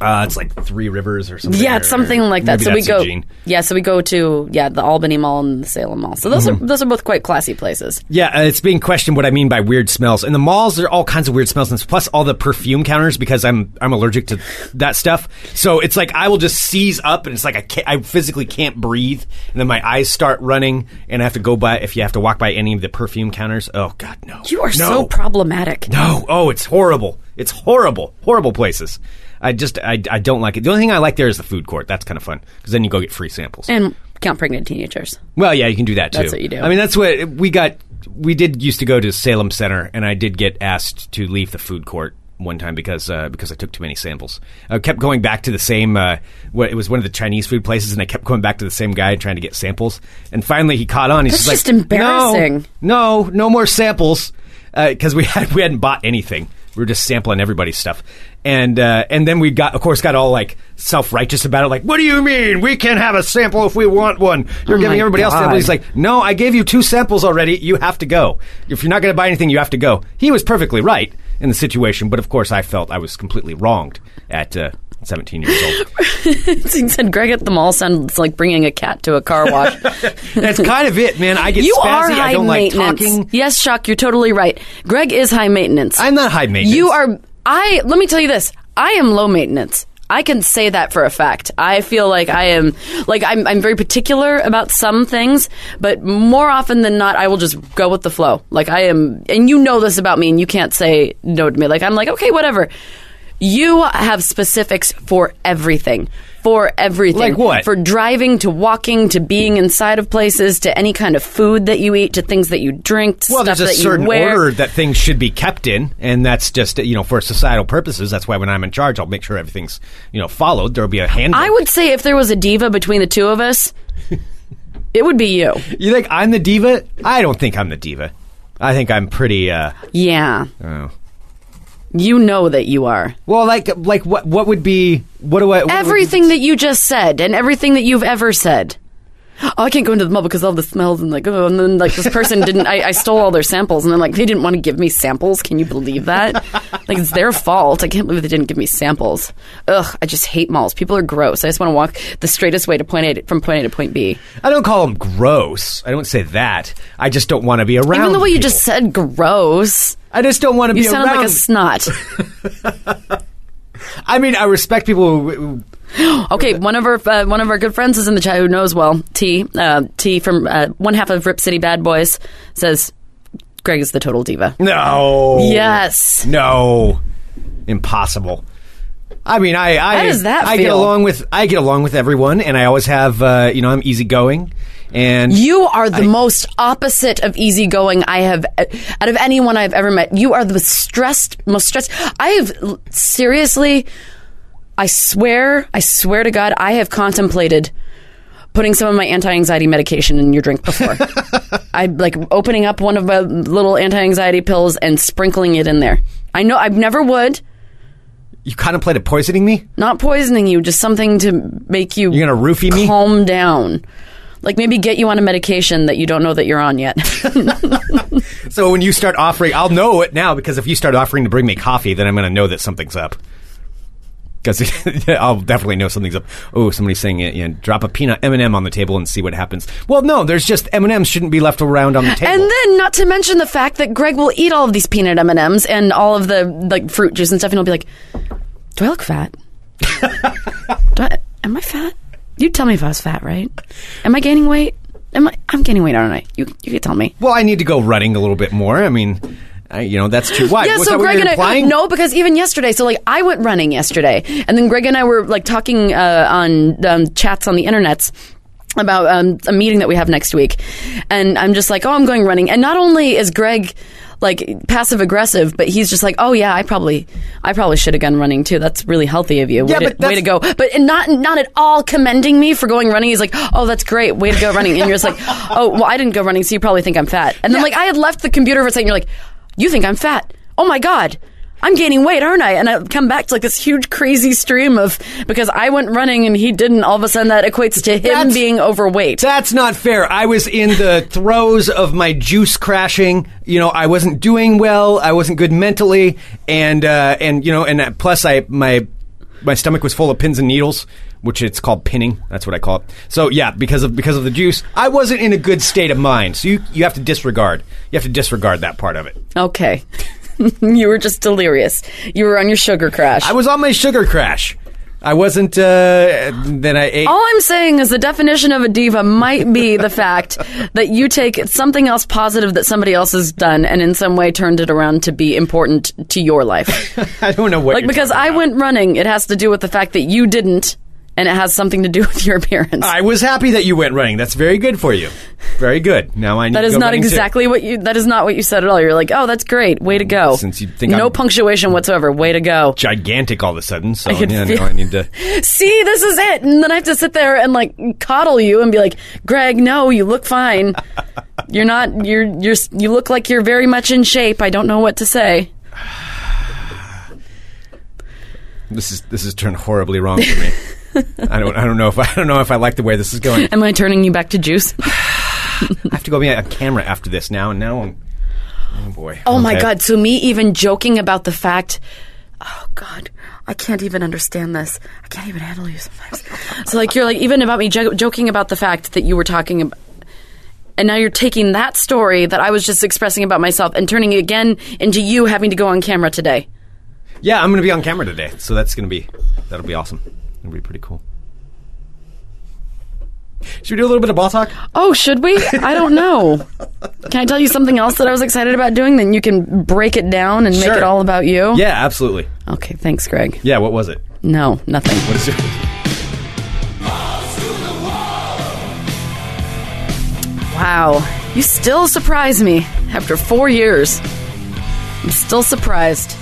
Speaker 3: uh, it's like Three Rivers or something.
Speaker 4: Yeah, it's
Speaker 3: or-
Speaker 4: something like that.
Speaker 3: maybe
Speaker 4: so we
Speaker 3: that's
Speaker 4: go.
Speaker 3: Eugene.
Speaker 4: Yeah, so we go to yeah the Albany Mall and the Salem Mall. So those
Speaker 3: Mm-hmm.
Speaker 4: are those are both quite classy places.
Speaker 3: Yeah, uh, it's being questioned what I mean by weird smells. And the malls are all kinds of weird smells, and plus all the perfume counters because I'm I'm allergic to that stuff. So it's like I will just seize up, and it's like I can't, I physically can't breathe, and then my eyes start running, and I have to go by if you have to walk by any of the perfume counters. Oh God, no!
Speaker 4: You are
Speaker 3: no.
Speaker 4: so problematic.
Speaker 3: No, oh, it's horrible. It's horrible, horrible places. I just I, I don't like it. The only thing I like there is the food court. That's kind of fun because then you go get free samples.
Speaker 4: And count pregnant teenagers.
Speaker 3: Well, yeah, you can do that too.
Speaker 4: That's what you do.
Speaker 3: I mean, that's what we got. We did used to go to Salem Center, and I did get asked to leave the food court one time because uh, because I took too many samples. I kept going back to the same. Uh, what, it was one of the Chinese food places, and I kept going back to the same guy trying to get samples. And finally, he caught on. He's
Speaker 4: That's
Speaker 3: just,
Speaker 4: just
Speaker 3: like, "No,
Speaker 4: embarrassing."
Speaker 3: No, no, more samples because we had we hadn't bought anything. We were just sampling everybody's stuff, and uh, and then we got, of course, got all like self righteous about it. Like, what do you mean we can have a sample if we want one? You're giving
Speaker 4: Oh my
Speaker 3: everybody else
Speaker 4: God.
Speaker 3: samples. He's like, no, I gave you two samples already. You have to go. If you're not going to buy anything, you have to go. He was perfectly right in the situation, but of course, I felt I was completely wronged at uh,
Speaker 8: 17 years old.
Speaker 4: Zing said Greg at the mall sounds like bringing a cat to a car wash.
Speaker 3: That's kind of it, man. I get
Speaker 4: you
Speaker 3: spazzy.
Speaker 4: are
Speaker 3: I
Speaker 4: high
Speaker 3: don't like
Speaker 4: maintenance.
Speaker 3: talking.
Speaker 4: Yes, Shock, you're totally right. Greg is high maintenance.
Speaker 3: I'm not high maintenance.
Speaker 4: You are. I let me tell you this. I am low maintenance. I can say that for a fact. I feel like I am like I'm. I'm very particular about some things, but more often than not, I will just go with the flow. Like I am, and you know this about me, and you can't say no to me. Like I'm like okay, whatever. You have specifics for everything. For everything.
Speaker 3: Like what?
Speaker 4: For driving to walking to being inside of places to any kind of food that you eat to things that you drink to
Speaker 3: Well,
Speaker 4: stuff
Speaker 3: there's a
Speaker 4: that
Speaker 3: certain
Speaker 4: you wear.
Speaker 3: order that things should be kept in, and that's just you know for societal purposes. That's why when I'm in charge, I'll make sure everything's you know followed. There'll be a handbook.
Speaker 4: I would say if there was a diva between the two of us, it would be you.
Speaker 3: You think I'm the diva? I don't think I'm the diva. I think I'm pretty. uh
Speaker 4: Yeah.
Speaker 3: oh.
Speaker 4: You know that you are.
Speaker 3: Well, like like what what would be what do I what would-
Speaker 4: Everything that you just said and everything that you've ever said. Oh, I can't go into the mall because all the smells and like, oh, and then like this person didn't. I, I stole all their samples and then like they didn't want to give me samples. Can you believe that? like it's their fault. I can't believe they didn't give me samples. Ugh, I just hate malls. People are gross. I just want to walk the straightest way to point A from point A to point B.
Speaker 3: I don't call them gross. I don't say that. I just don't want to be around.
Speaker 4: Even the way you
Speaker 3: people.
Speaker 4: just said gross,
Speaker 3: I just don't want to
Speaker 4: you
Speaker 3: be
Speaker 4: sounded
Speaker 3: around.
Speaker 4: like a snot.
Speaker 3: I mean, I respect people. Who, who-
Speaker 4: Okay, one of our uh, one of our good friends is in the chat who knows well. T uh, T from uh, one half of Rip City Bad Boys says Greg is the total diva.
Speaker 3: Oh. no.
Speaker 4: Yes,
Speaker 3: No. Impossible. I mean, I I,
Speaker 4: How does that
Speaker 3: I get
Speaker 4: feel?
Speaker 3: along with I get along with everyone, and I always have. Uh, you know, I'm easygoing, and
Speaker 4: you are the most opposite of easygoing I have uh, out of anyone I've ever met. You are the stressed, most stressed. I have l- seriously, I swear, I swear to God, I have contemplated putting some of my anti-anxiety medication in your drink before. I like opening up one of my little anti-anxiety pills and sprinkling it in there. I know I never would.
Speaker 3: you contemplated poisoning me.
Speaker 4: Not poisoning you, just something to make you
Speaker 3: You're gonna roofie me?
Speaker 4: Calm down. Like maybe get you on a medication that you don't know that you're on yet.
Speaker 3: So when you start offering, I'll know it now because if you start offering to bring me coffee, then I'm going to know that something's up. Because I'll definitely know something's up. Oh, somebody's saying, uh, you know, drop a peanut M and m on the table and see what happens. Well, no, there's just M and M's shouldn't be left around on the table.
Speaker 4: and then not to mention the fact that Greg will eat all of these peanut M&Ms and all of the like fruit juice and stuff and he'll be like, "Do I look fat? Do I, am I fat? You'd tell me if I was fat, right? Am I gaining weight? Am I I'm gaining weight, aren't I? You you could tell me."
Speaker 3: well, I need to go running a little bit more. I mean, I, you know, that's true. Why?
Speaker 4: Yeah,
Speaker 3: Was
Speaker 4: so
Speaker 3: that what
Speaker 4: Greg
Speaker 3: you're
Speaker 4: and I uh,
Speaker 3: implying?
Speaker 4: no, because even yesterday, so like I went running yesterday, and then Greg and I were like talking uh, on um, chats on the internets about um, a meeting that we have next week, and I'm just like, oh, I'm going running, and not only is Greg like passive aggressive, but he's just like, oh yeah, I probably, I probably should have gone running too. That's really healthy of you. Way,
Speaker 3: Yeah,
Speaker 4: to,
Speaker 3: but that's-
Speaker 4: way to go. But and not not at all commending me for going running. He's like, oh, that's great. Way to go running. And you're just like, oh, well, I didn't go running, so you probably think I'm fat. And then like I had left the computer for a second. You're like, you think I'm fat? Oh my god. I'm gaining weight, aren't I? And I come back to like this huge crazy stream of because I went running and he didn't. All of a sudden, that equates to him
Speaker 3: That's-
Speaker 4: being overweight.
Speaker 3: That's not fair. I was in the throes of my juice crashing. You know, I wasn't doing well. I wasn't good mentally, and uh, and you know, and uh, plus I my my stomach was full of pins and needles, which it's called pinning. That's what I call it. So yeah, because of because of the juice, I wasn't in a good state of mind. So you you have to disregard. You have to disregard that part of it.
Speaker 4: okay, you were just delirious. You were on your sugar crash.
Speaker 3: I was on my sugar crash. I wasn't. Uh, then I ate.
Speaker 4: All I'm saying is the definition of a diva might be the fact that you take something else positive that somebody else has done and in some way turned it around to be important to your life.
Speaker 3: I don't know what.
Speaker 4: Like
Speaker 3: you're
Speaker 4: because
Speaker 3: talking
Speaker 4: I
Speaker 3: about.
Speaker 4: went running, it has to do with the fact that you didn't and it has something to do with your appearance.
Speaker 3: I was happy that you went running. That's very good for you. Very good. Now I need
Speaker 4: that
Speaker 3: to
Speaker 4: is
Speaker 3: go
Speaker 4: not
Speaker 3: running too.
Speaker 4: exactly what you that is not what you said at all. You're like, "Oh, that's great. Way to go."
Speaker 3: Since you think
Speaker 4: no
Speaker 3: I'm-
Speaker 4: punctuation whatsoever. Way to go.
Speaker 3: gigantic all of a sudden. So
Speaker 4: can
Speaker 3: yeah,
Speaker 4: feel-
Speaker 3: now I need to.
Speaker 4: see, this is it. And then I have to sit there and like coddle you and be like, Greg, no, you look fine. You're not, you're, you're, you look like you're very much in shape. I don't know what to say.
Speaker 3: This is this has turned horribly wrong for me. I don't I don't know if I don't know if I like the way this is going.
Speaker 4: Am I turning you back to juice?
Speaker 3: I have to go be a camera after this now, and now I'm. Oh boy.
Speaker 4: Oh my
Speaker 3: Okay.
Speaker 4: God. So, me even joking about the fact oh god i can't even understand this i can't even handle you sometimes so like you're like even about me jo- joking about the fact that you were talking about and now you're taking that story that i was just expressing about myself and turning it again into you having to go on camera today
Speaker 9: Yeah, I'm going to be on camera today, so that's going to be that'll be awesome. It'll be pretty cool. Should we do a little bit of ball talk?
Speaker 4: oh should we i don't know can i tell you something else that i was excited about doing then you can break it down and make
Speaker 9: Sure.
Speaker 4: it all about you
Speaker 9: Yeah, absolutely.
Speaker 4: okay thanks greg
Speaker 9: Yeah, what was it?
Speaker 4: no nothing
Speaker 9: What is it?
Speaker 4: Wow. You still surprise me after four years. I'm still surprised.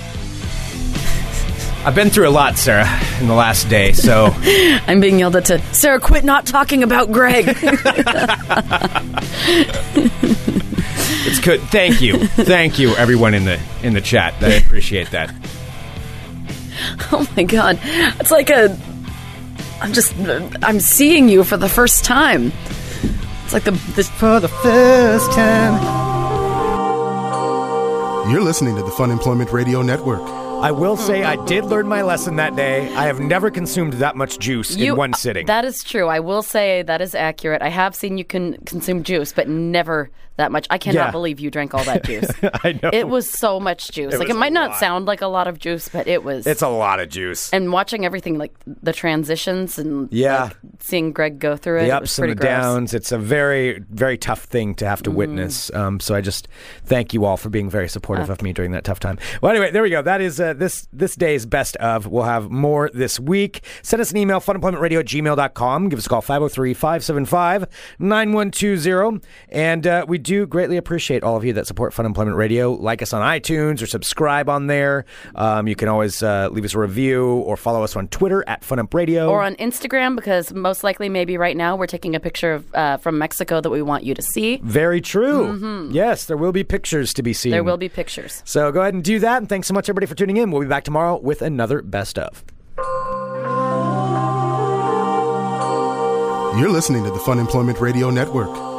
Speaker 9: I've been through a lot, Sarah, in the last day, so
Speaker 4: I'm being yelled at to Sarah, quit not talking about Greg.
Speaker 9: it's good. Thank you, thank you, everyone in the in the chat. I appreciate that.
Speaker 4: oh my God. It's like a. I'm just. I'm seeing you for the first time. It's like the. the
Speaker 3: For the first time.
Speaker 6: You're listening to the Fun Employment Radio Network.
Speaker 3: I will say I did learn my lesson that day. I have never consumed that much juice in one sitting.
Speaker 10: That is true. I will say that is accurate. I have seen you can consume juice, but never that much. I cannot
Speaker 3: Yeah.
Speaker 10: believe you drank all that juice.
Speaker 3: I know.
Speaker 10: It was so much juice. like it
Speaker 3: was a
Speaker 10: might not
Speaker 3: lot.
Speaker 10: sound like a lot of juice, but it was.
Speaker 3: it's a lot of juice.
Speaker 10: and watching everything like the transitions and
Speaker 3: Yeah.
Speaker 10: like, seeing Greg go through it,
Speaker 3: the
Speaker 10: it was
Speaker 3: ups and
Speaker 10: pretty
Speaker 3: the
Speaker 10: gross. Mm-hmm.
Speaker 3: downs. It's a very, very tough thing to have to witness. Um, so I just thank you all for being very supportive of me during that tough time. Well, anyway, there we go. That is uh, this this day's best of. We'll have more this week. Send us an email, funemploymentradio at gmail.com. Give us a call, 503 575 9120. And uh, we do greatly appreciate all of you that support Fun Employment Radio. Like us on iTunes or subscribe on there. Um, you can always uh, leave us a review or follow us on Twitter at Funimp Radio.
Speaker 10: Or on Instagram, because most likely, maybe right now, we're taking a picture of uh, from Mexico that we want you to see.
Speaker 3: Very true. Yes, there will be pictures to be seen.
Speaker 10: Mm-hmm. There will be pictures.
Speaker 3: So go ahead and do that. And thanks so much, everybody, for tuning in. We'll be back tomorrow with another best of.
Speaker 6: You're listening to the Fun Employment Radio Network.